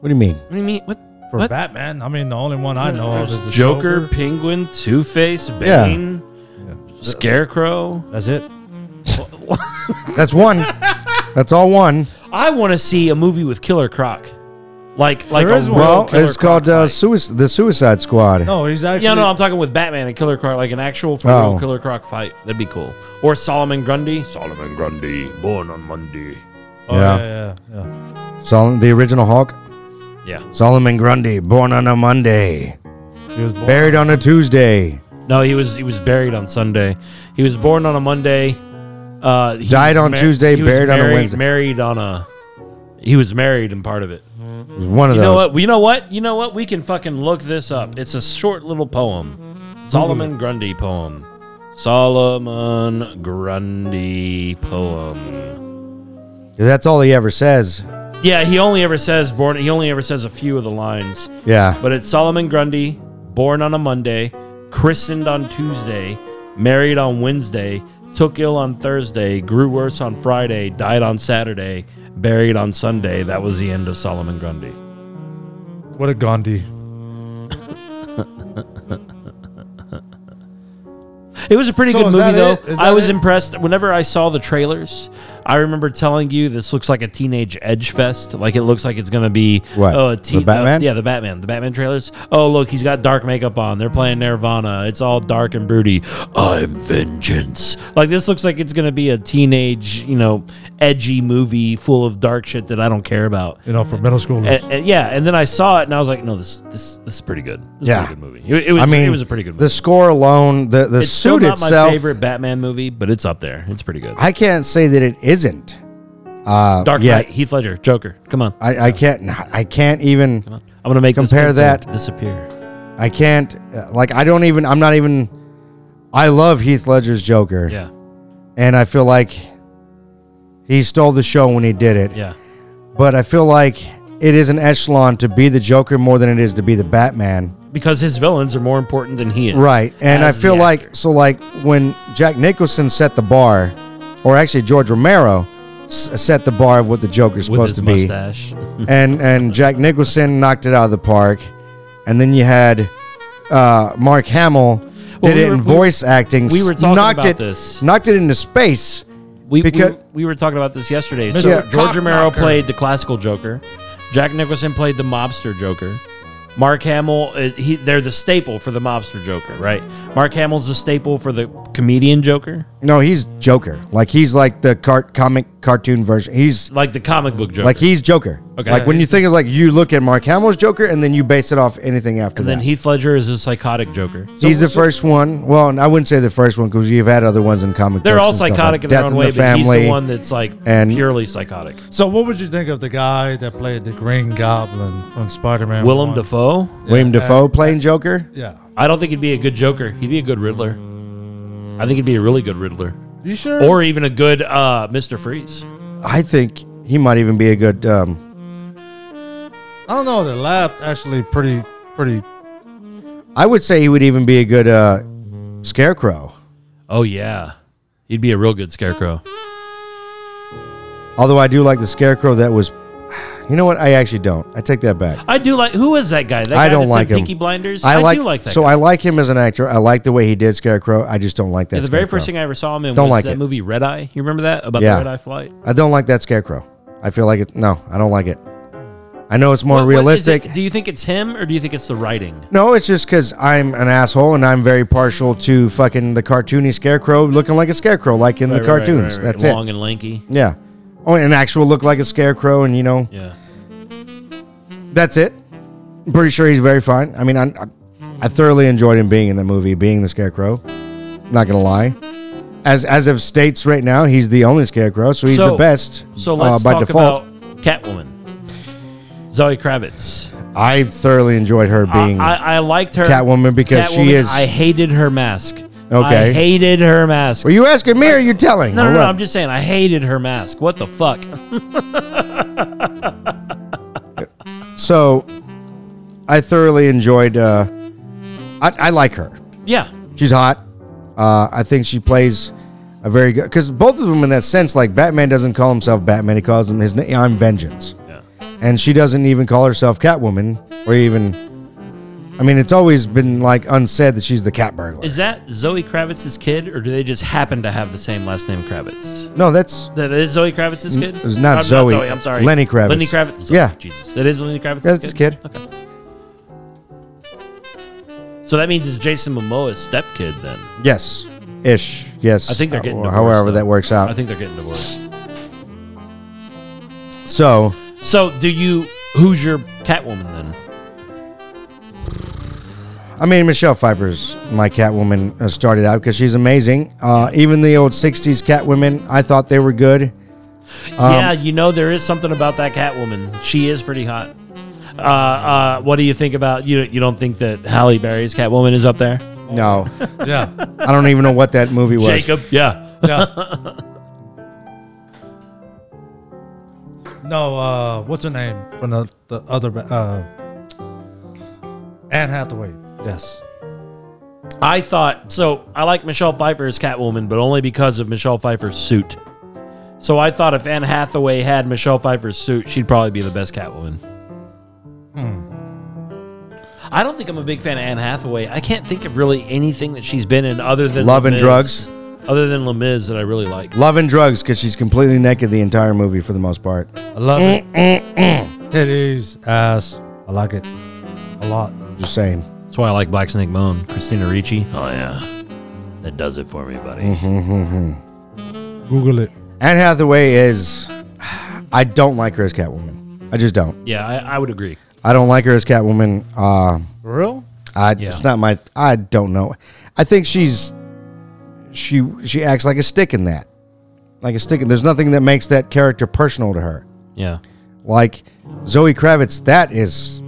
What do you mean? What do you mean? What? for What? Batman. I mean, the only one I know of is the Joker, Penguin, Two Face, Yeah. Bane, Scarecrow. That's it. That's one. that's all one. I want to see a movie with Killer Croc. Like, like There a is one. real Well, Killer it's Croc called uh, fight. Sui- the Suicide Squad. No, he's actually. Yeah, no, I'm talking with Batman and Killer Croc, like an actual for Oh. real Killer Croc fight. That'd be cool. Or Solomon Grundy. Solomon Grundy, born on Monday. oh, Yeah. yeah. yeah, yeah. Sol- the original Hulk, Yeah. Solomon Grundy, born on a Monday, He was born. buried on a Tuesday, No, he was he was buried on Sunday. He was born on a Monday. Uh, he Died was on Tuesday, he was buried on a married- Wednesday. Married on a. He was married in part of it. It was one of You those. know what? You know what? You know what? We can fucking look this up. It's a short little poem, Solomon Grundy poem. Solomon Grundy poem. 'Cause That's all he ever says. Yeah, he only ever says born. He only ever says a few of the lines. Yeah. But it's Solomon Grundy, born on a Monday, christened on Tuesday, married on Wednesday, took ill on Thursday, grew worse on Friday, died on Saturday, buried on Sunday. That was the end of Solomon Grundy. What a Gandhi. It was a pretty So good is movie, that though. it? Is I that was it? impressed. Whenever I saw the trailers, I remember telling you this looks like a teenage edge fest. Like it looks like it's gonna be What? Oh, a The teen- Batman? uh, yeah, the Batman. The Batman trailers. Oh, look, he's got dark makeup on. They're playing Nirvana. It's all dark and broody. I'm vengeance. Like this looks like it's gonna be a teenage, you know, edgy movie full of dark shit that I don't care about. You know, for middle schoolers. And, and- yeah, and then I saw it and I was like, no, this this this is pretty good. This is a Yeah. pretty good movie. It, it was. I mean, it was a pretty good. movie The score alone, the, the it's suit still not itself, my favorite Batman movie, but it's up there. It's pretty good. I can't say that it isn't. Uh, Dark yet. Knight, Heath Ledger, Joker. Come on, I, I can't. I can't even. come on. I'm gonna make this Compare pencil that- disappear. I can't. uh, Like I don't even. I'm not even. I love Heath Ledger's Joker, Yeah, and I feel like he stole the show when he did it. yeah. But I feel like it is an echelon to be the Joker more than it is to be the Batman. Because his villains are more important than he is. Right. And I as feel the like so like when Jack Nicholson set the bar or actually George Romero s- set the bar of what the Joker's With supposed his to be. mustache. [laughs] And and Jack Nicholson knocked it out of the park. And then you had uh, Mark Hamill did Well, we it were- in we- voice acting. we were s- talking knocked about it, this. Knocked it into space. We, Because- we we were talking about this yesterday. Mr. So Yeah. George Romero Cockknocker. played the classical Joker. Jack Nicholson played the mobster Joker. Mark Hamill is he? They're the staple for the mobster Joker, right? Mark Hamill's the staple for the comedian Joker, No, he's Joker. Like he's like the cart comic cartoon version. He's like the comic book Joker. like he's Joker. Okay. Like when you think of like you look at Mark Hamill's Joker and then you base it off anything after and that. then Heath Ledger is a psychotic Joker. he's the first one. Well, and I wouldn't say the first one because you've had other ones in comic. They're books all and stuff psychotic like in their Death own way, the but he's Family. the one that's like and- purely psychotic. So, what would you think of the guy that played the Green Goblin from Spider Man? Willem Dafoe? William Defoe playing Joker. Yeah. I don't think he'd be a good Joker. He'd be a good Riddler. I think he'd be a really good Riddler, You sure? or even a good uh, Mister Freeze. I think he might even be a good. Um, I don't know. The laugh actually pretty, pretty. I would say he would even be a good uh, Scarecrow. Oh yeah, he'd be a real good Scarecrow. Although I do like the Scarecrow that was. [sighs] You know what? I actually don't. I take that back. I do like. Who is that guy? That guy I don't that's like in him. Peaky Blinders. I, like, do like that. so guy. I like him as an actor. I like the way he did Scarecrow. I just don't like that. Yeah, the very Scarecrow. first thing I ever saw him in Don't was like that it. movie Red Eye. You remember that about Yeah. the Red Eye flight? I don't like that Scarecrow. I feel like it. No, I don't like it. I know it's more What- what is realistic. it? do you think it's him or do you think it's the writing? No, it's just because I'm an asshole and I'm very partial to fucking the cartoony scarecrow looking like a scarecrow, like in the Right, right, right, cartoons. right, right. That's Long and lanky. it. Yeah. Oh, an actual look like a scarecrow, and you know, Yeah. that's it. I'm pretty sure he's very fine. I mean, I, I, I thoroughly enjoyed him being in the movie, being the scarecrow. Not gonna lie. As as of states right now, he's the only scarecrow, so he's So- the best So uh, let's by talk default. about Catwoman. Zoe Kravitz. I thoroughly enjoyed her being. I, I, I liked her Catwoman because she Catwoman, is- I hated her mask. Okay. I hated her mask. Were you asking me or are you telling? Oh, no, no, Hold no. up. I'm just saying. I hated her mask. What the fuck? So I thoroughly enjoyed. Uh, I, I like her. Yeah. She's hot. Uh, I think she plays a very good because both of them in that sense, like Batman doesn't call himself Batman; he calls him his name. I'm Vengeance, Yeah. and she doesn't even call herself Catwoman or even. I mean, it's always been like unsaid that she's the cat burglar. Is that Zoe Kravitz's kid, or do they just happen to have the same last name Kravitz? no, that's That is Zoe Kravitz's kid. it's not I'm Zoe. I'm sorry. Lenny Kravitz. Lenny Kravitz. Sorry, Yeah. Jesus. That is Lenny Kravitz's that's his kid. kid. So that means it's Jason Momoa's stepkid then. Yes, ish. Yes. I think they're getting Or divorced. Uh, however though. that works out. I think they're getting divorced. so So do you? Who's your Catwoman then? I mean, Michelle Pfeiffer's my Catwoman uh, started out because she's amazing. Uh, even the old '60s Catwomen, I thought they were good. yeah, you know there is something about that Catwoman. She is pretty hot. Uh, uh, what do you think about you? You don't think that Halle Berry's Catwoman is up there? No, [laughs] Yeah. I don't even know what that movie was. Jacob, yeah, Yeah. no, uh, what's her name from the, the other ba- uh, Anne Hathaway? Yes. I thought so. I like Michelle Pfeiffer as Catwoman, but only because of Michelle Pfeiffer's suit. So I thought if Anne Hathaway had Michelle Pfeiffer's suit, she'd probably be the best Catwoman. Hmm. I don't think I'm a big fan of Anne Hathaway. I can't think of really anything that she's been in other than Love Les and Mis. Drugs? other than Les Mis that I really like. Love and Drugs because she's completely naked the entire movie for the most part. I love it. Titties, ass. I like it a lot. Just saying. That's why I like Black Snake Moan. Christina Ricci. Oh yeah, that does it for me, buddy. Google it. Anne Hathaway is. [sighs] I don't like her as Catwoman. I just don't. Yeah, I, I would agree. I don't like her as Catwoman. Uh, For real? I, Yeah. It's not my. I don't know. I think she's she she acts like a stick in that, like a stick. in- There's nothing that makes that character personal to her. Yeah, Like Zoe Kravitz, that is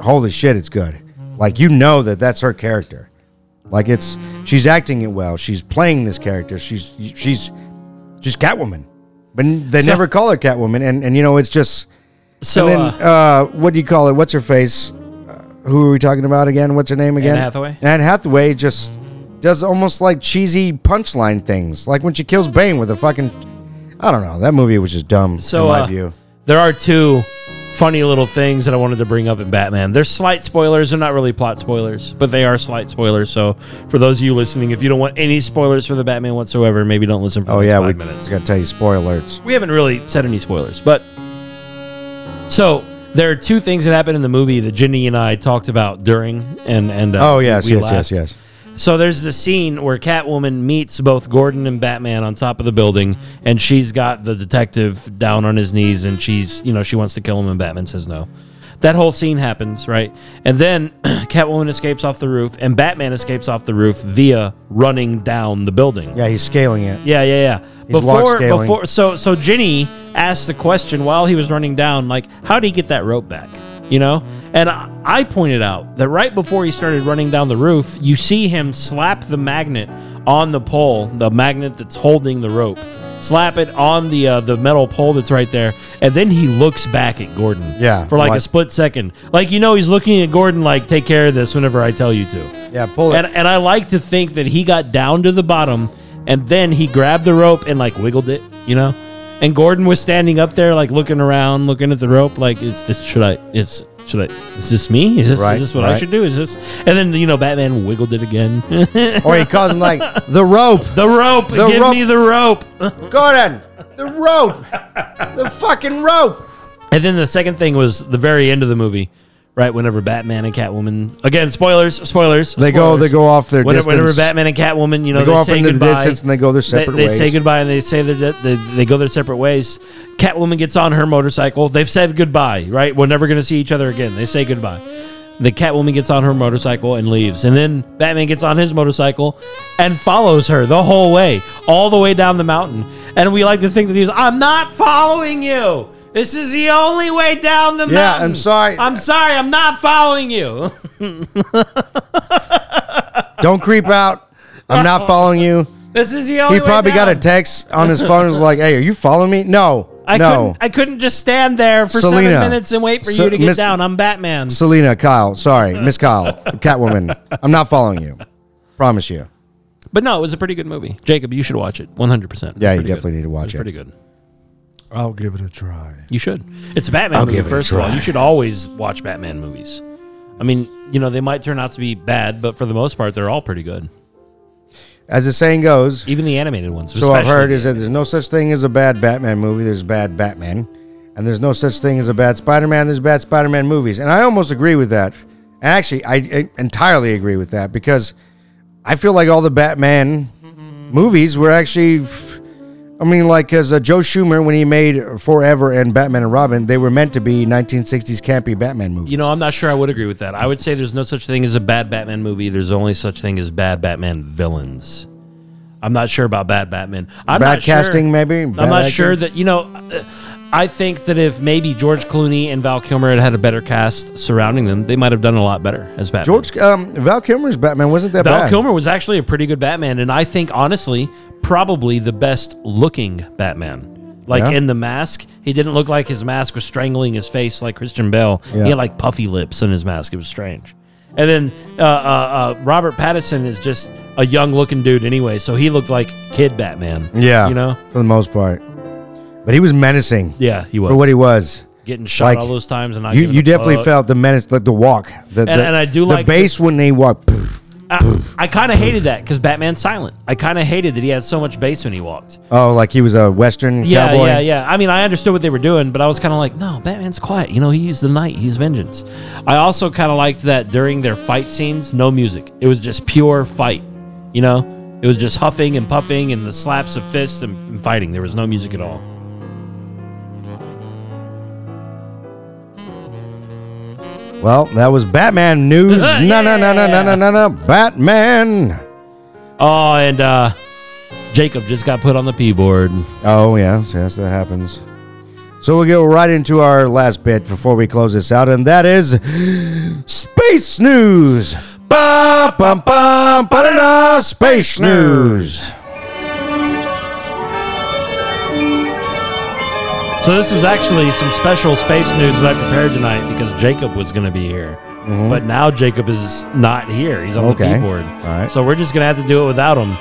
holy shit. It's good. Like you know that that's her character. Like it's she's acting it well. She's playing this character. She's she's she's Catwoman, but they So- never call her Catwoman. And and you know it's just so and uh, then, uh, what do you call it? What's her face? Uh, Who are we talking about again? What's her name again? Hathaway? Anne Hathaway just does almost like cheesy punchline things, like when she kills Bane with a fucking. I don't know. That movie was just dumb So, in my uh, view. there are two funny little things that I wanted to bring up in Batman. They're slight spoilers. They're not really plot spoilers, but they are slight spoilers. So for those of you listening, if you don't want any spoilers for the Batman whatsoever, maybe don't listen for Oh the next yeah, we, five we minutes. gotta tell you spoilers. We haven't really said any spoilers, but so there are two things that happened in the movie that Ginny and I talked about during and and uh, Oh we- yes, we yes, laughed. yes, yes. So there's the scene where Catwoman meets both Gordon and Batman on top of the building, and she's got the detective down on his knees, and she's, you know, she wants to kill him, and Batman says no. That whole scene happens, right? And then [clears throat] Catwoman escapes off the roof, and Batman escapes off the roof via running down the building. Yeah, he's scaling it. Yeah, yeah, yeah. He's log Before, scaling. before, so so Ginny asked the question while he was running down, like, how did he get that rope back? You know, and I, I pointed out that right before he started running down the roof, you see him slap the magnet on the pole, the magnet that's holding the rope, slap it on the uh, the metal pole that's right there, and then he looks back at Gordon, Yeah, for like, like- a split second, like you know he's looking at Gordon, like, take care of this whenever I tell you to. Yeah, pull it. [laughs] And, and I like to think that he got down to the bottom and then he grabbed the rope and like wiggled it, you know? And Gordon was standing up there, like looking around, looking at the rope, like, is, is should I, is, should I, is this me? Is this, Right, is this what I right. should do? Is this? And then, you know, Batman wiggled it again. [laughs] the or he calls him like the rope, rope, The give rope. me the rope. [laughs] Gordon, the rope, the fucking rope. And then the second thing was the very end of the movie, right? Whenever Batman and Catwoman again, spoilers, spoilers. They go- they spoilers. go off their whenever, whenever distance. Batman and Catwoman, you know, They they, go off say into the goodbye. distance and they go their separate they, They say ways. goodbye and they say their de- they they go their separate ways. Catwoman gets on her motorcycle. They've said goodbye, right? We're never going to see each other again. They say goodbye. The Catwoman gets on her motorcycle and leaves, and then Batman gets on his motorcycle and follows her the whole way, all the way down the mountain. And we like to think that he's, I'm not following you. This is the only way down the Yeah, mountain. I'm sorry. I'm sorry. I'm not following you. [laughs] Don't creep out. I'm not following you. This is the only. He probably way down. got a text on his phone. and Was like, "Hey, are you following me? No, I no." couldn't. I couldn't just stand there for Selena. seven minutes and wait for Se- you to get Miss- down. I'm Batman. Selena, Kyle, sorry, Miss Kyle, [laughs] Catwoman. I'm not following you. Promise you. But no, it was a pretty good movie. Jacob, you should watch it. 100. percent Yeah, you definitely need to watch it. Pretty good. I'll give it a try. You should. It's a Batman movie. give it a First of all, try. you should always watch Batman movies. I mean, you know, they might turn out to be bad, but for the most part, they're all pretty good. As the saying goes, Even the animated ones. so I've especially. heard is that there's no such thing as a bad Batman movie. There's bad Batman, and there's no such thing as a bad Spider-Man. There's bad Spider-Man movies, and I almost agree with that. And actually, I, I entirely agree with that because I feel like all the Batman movies were actually. I mean, like, as uh, Joe Schumer, when he made Forever and Batman and Robin, they were meant to be 1960s campy Batman movies. You know, I'm not sure I would agree with that. I would say there's no such thing as a bad Batman movie. There's only such thing as bad Batman villains. I'm not sure about bad Batman. I'm Bad not sure- casting, maybe? Bad I'm not acting? sure that you know. uh, I think that if maybe George Clooney and Val Kilmer had had a better cast surrounding them, they might have done a lot better as Batman. George um, Val Kilmer's Batman wasn't that Val bad. Kilmer was actually a pretty good Batman, and I think honestly, probably the best looking Batman. Like Yeah. in the mask, he didn't look like his mask was strangling his face like Christian Bell. Yeah. He had like puffy lips in his mask. It was strange. And then uh, uh, uh, Robert Pattinson is just a young looking dude anyway, so he looked like kid Batman. Yeah, you know, for the most part, but he was menacing yeah, he was for what he was. getting shot like, all those times, and not You giving you a definitely fuck. felt the menace, like the walk, the, the, Uh, and I do the like bass when they walk. [clears throat] I, I kind of hated that because Batman's silent. I kind of hated that he had so much bass when he walked. Oh, like he was a western Yeah, cowboy. yeah, yeah. I mean, I understood what they were doing, but I was kind of like, no, Batman's quiet. You know, he's the knight. He's vengeance. I also kind of liked that during their fight scenes, no music. It was just pure fight. You know, it was just huffing and puffing and the slaps of fists and, and fighting. There was no music at all. Well, that was Batman [laughs] news. Uh, No, no, no, no, no, no, no, no, Batman. Oh, and uh, Jacob just got put on the P board. Oh yeah, so yes, that happens. So we'll go right into our last bit before we close this out, and that is space news. Ba bum bum ba da da space news. So this was actually some special space news that I prepared tonight because Jacob was going to be here, but now Jacob is not here. He's on Mm-hmm. Okay. the keyboard. Alright. So we're just going to have to do it without him.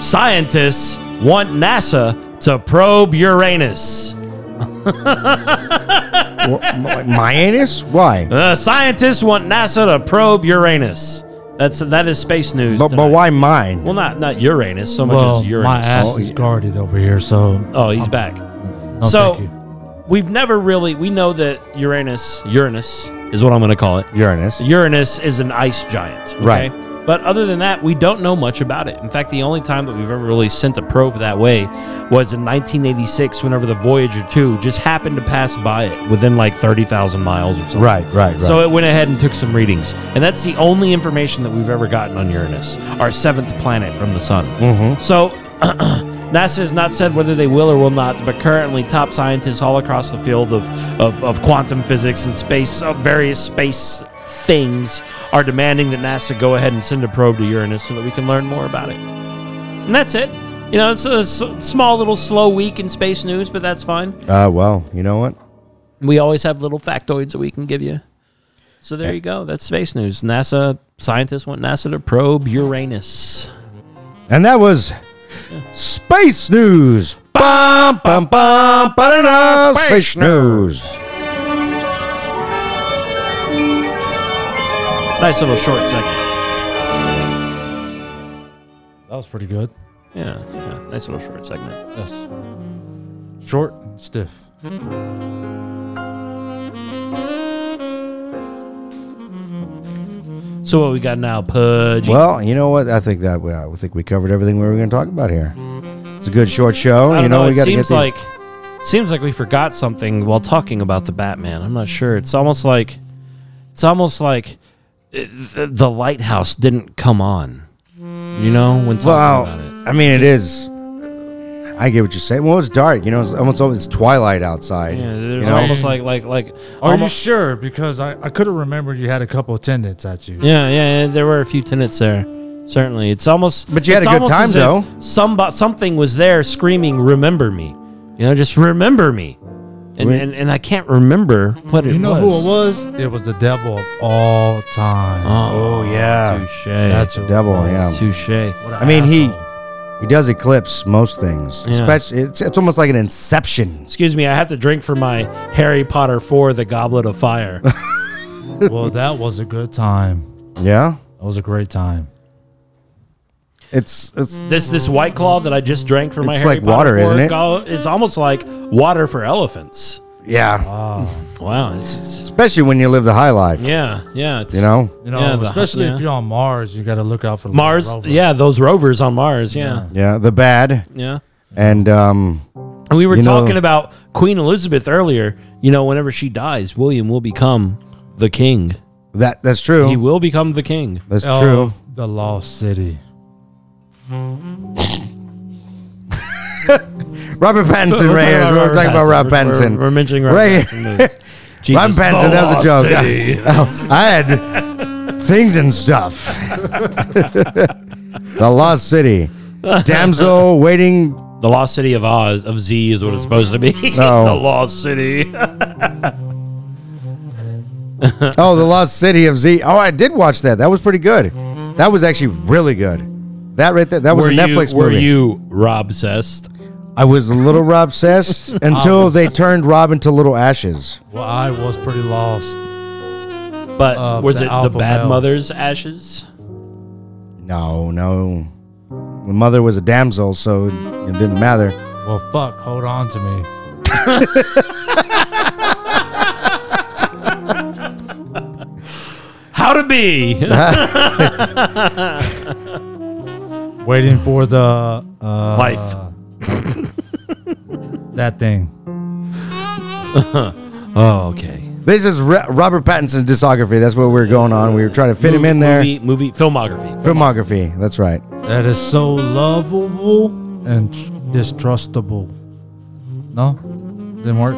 Scientists want NASA to probe Uranus. Wha- m- like My anus? Why? Uh, scientists want NASA to probe Uranus. That's that is space news. But but tonight. why Oh, mine? Well, not not Uranus so much Well, as Uranus. my ass is guarded over here, so Oh, he's back. no, so thank you. we've never really we know that Uranus Uranus is what I'm going to call it. Uranus. Uranus is an ice giant. okay? Right. But other than that, we don't know much about it. In fact, the only time that we've ever really sent a probe that way was in 1986, whenever the Voyager 2 just happened to pass by it within like 30,000 miles or something. Right, right, right. So it went ahead and took some readings. And that's the only information that we've ever gotten on Uranus, our seventh planet from the sun. Mm-hmm. So [clears throat] NASA has not said whether they will or will not, but currently top scientists all across the field of, of, of quantum physics and space, of various space things, are demanding that NASA go ahead and send a probe to Uranus so that we can learn more about it. And that's it. You know, it's a s- small little slow week in space news, but that's fine. uh, well, you know what? We always have little factoids that we can give you. So there you go. That's space news. NASA scientists want NASA to probe Uranus. And that was space news. Bum bum bum ba da da space news. Nice little short segment. that was pretty good. Yeah, yeah. Nice little short segment. Yes, short and stiff. So what we got now? Pudgy. Well, you know what? I think that we, I think we covered everything we were going to talk about here. It's a good short show. I don't You know, know. we it got to get seems the, like seems like we forgot something while talking about the Batman. I'm not sure. It's almost like it's almost like uh, th- the lighthouse didn't come on. You know, when talking Well, about it. I mean, it is. I get what you're saying. Well, it's dark. You know, it's almost always twilight outside. Yeah, you there's know? almost like like like Are you almost- sure? Because I, I could have remembered you had a couple of attendants at you. Yeah, yeah, yeah, there were a few tenants there. Certainly, it's almost. But you had it's a good almost time, as if though. Some something was there screaming, "Remember me!" You know, just remember me, and We- and, and I can't remember what it You know was. who it was? It was the devil of all time. Oh, yeah. touche. That's the who it devil. was. Yeah, touche. What a I mean, he- asshole. he does eclipse most things. Yeah. Especially, it's, it's almost like an inception. Excuse me, I have to drink for my Harry Potter four, the Goblet [laughs] of Fire. well, that was a good time. Yeah, That was a great time. it's it's this this White Claw that I just drank for my It's Harry like Potter water, 4 isn't it? go- it's almost like water for elephants. yeah. Wow, it's, it's- Especially when you live the high life. yeah, yeah. It's, You know. You know, Yeah, the- especially yeah. if you're on Mars, you got to look out for the Mars, rover. yeah, those rovers on Mars, yeah, Yeah, the bad yeah. and um. And we were You know- talking about Queen Elizabeth earlier. You know, whenever she dies, William will become the king. That that's true. He will become the king. that's Of true. Oh, The Lost City. [laughs] Robert Pattinson right here. is what We're talking about Robert Pattinson. We're, we're mentioning Robert Right. Pattinson. [laughs] movies. Robert Jesus. Pattinson. That was a joke. [laughs] I, had things and [laughs] stuff. the Lost City. Damsel waiting. The Lost City of Oz of Z is what it's supposed to be. Oh. [laughs] the Lost City. Oh, the Lost City of Z. Oh, I did watch that. That was pretty good. That was actually really good. That right there. That was were a Netflix you, Were movie. you Rob obsessed? I was a little Rob [laughs] obsessed until they turned Rob into little ashes. Well, I was pretty lost. But Uh, was the it the alpha bad males. mother's ashes? No, no. The mother was a damsel, so it didn't matter. Well, fuck, hold on to me. How to be? Uh, Waiting for the uh, Life. That thing. Oh, okay. This is Re- Robert Pattinson's discography. That's what we were going on. We were trying to fit him in there. Movie, movie filmography. Filmography. That's right. That is so lovable and tr- distrustable. No, didn't work.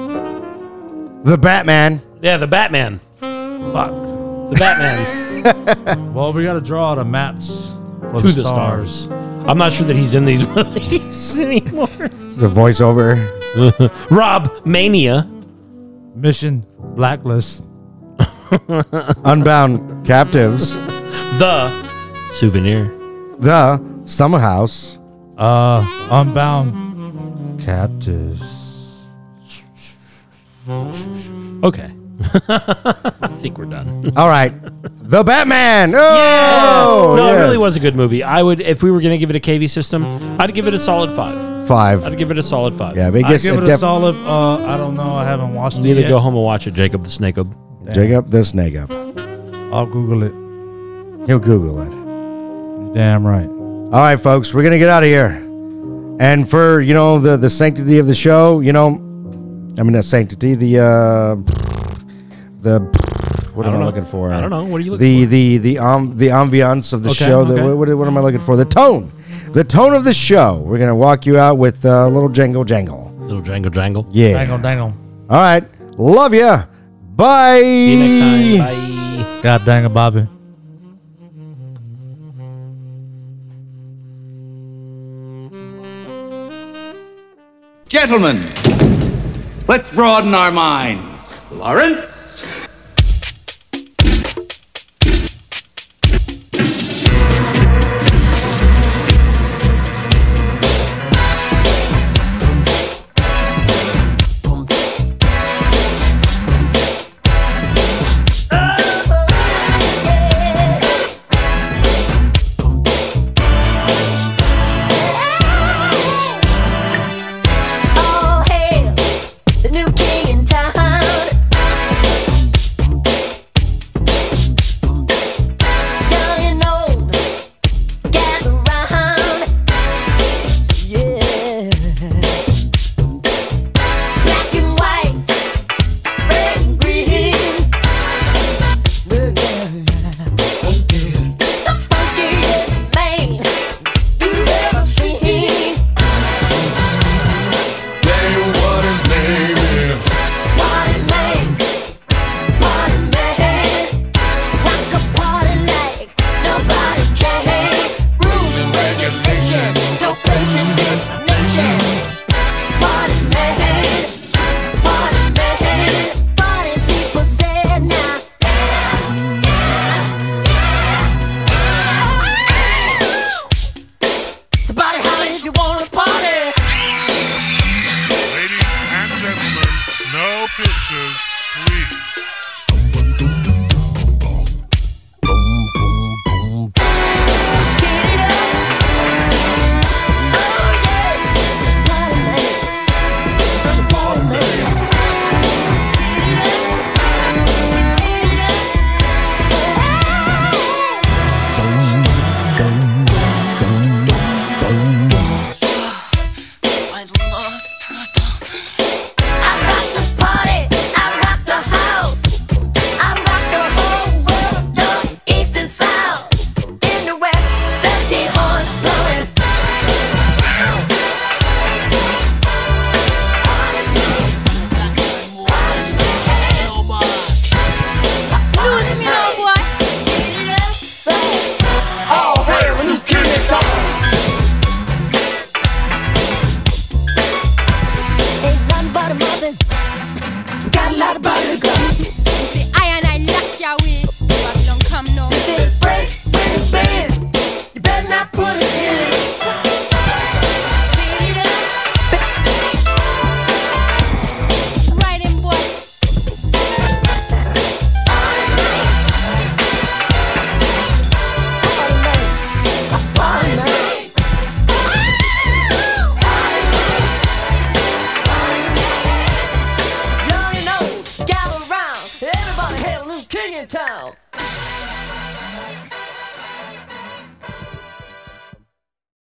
The Batman. Yeah, the Batman. Fuck. The [laughs] Batman Well, we got to draw out a maps for to the stars. I'm not sure that he's in these [laughs] movies [laughs] anymore. It's a voiceover. Rob Mania. Mission Blacklist. Unbound Captives. The souvenir. The Summer House. Uh, Unbound Captives. Okay. [laughs] I think we're [laughs] done. All right. The Batman. Oh, no, it really yes. was a good movie. I would, if we were going to give it a KV system, I'd give it a solid five. I'd Five. give it a solid five. Yeah, but it I gets give it a def- solid. Uh, I don't know. I haven't watched You need it to yet. go home and watch it, Jacob the Snake. Well, Jacob the Snake Up. I'll Google it. He'll Google it. You're damn right. All right, folks. We're going to get out of here. And for, you know, the, the sanctity of the show, you know, I mean, the sanctity, the, uh, the, what am I know. looking for? I don't know. What are you looking the the the um the ambiance of the Okay, show. The, okay. what, what am I looking for? The tone, the tone of the show. We're gonna walk you out with uh, a little jangle jangle. Little jangle jangle. Yeah. Dangle, dangle. All right. Love you. Bye. See you next time. Bye. God dang it, Bobby. Gentlemen, let's broaden our minds. Lawrence? All hail the new king in town. pictures, please. Y'all you know, gather round. Everybody hail New King in town.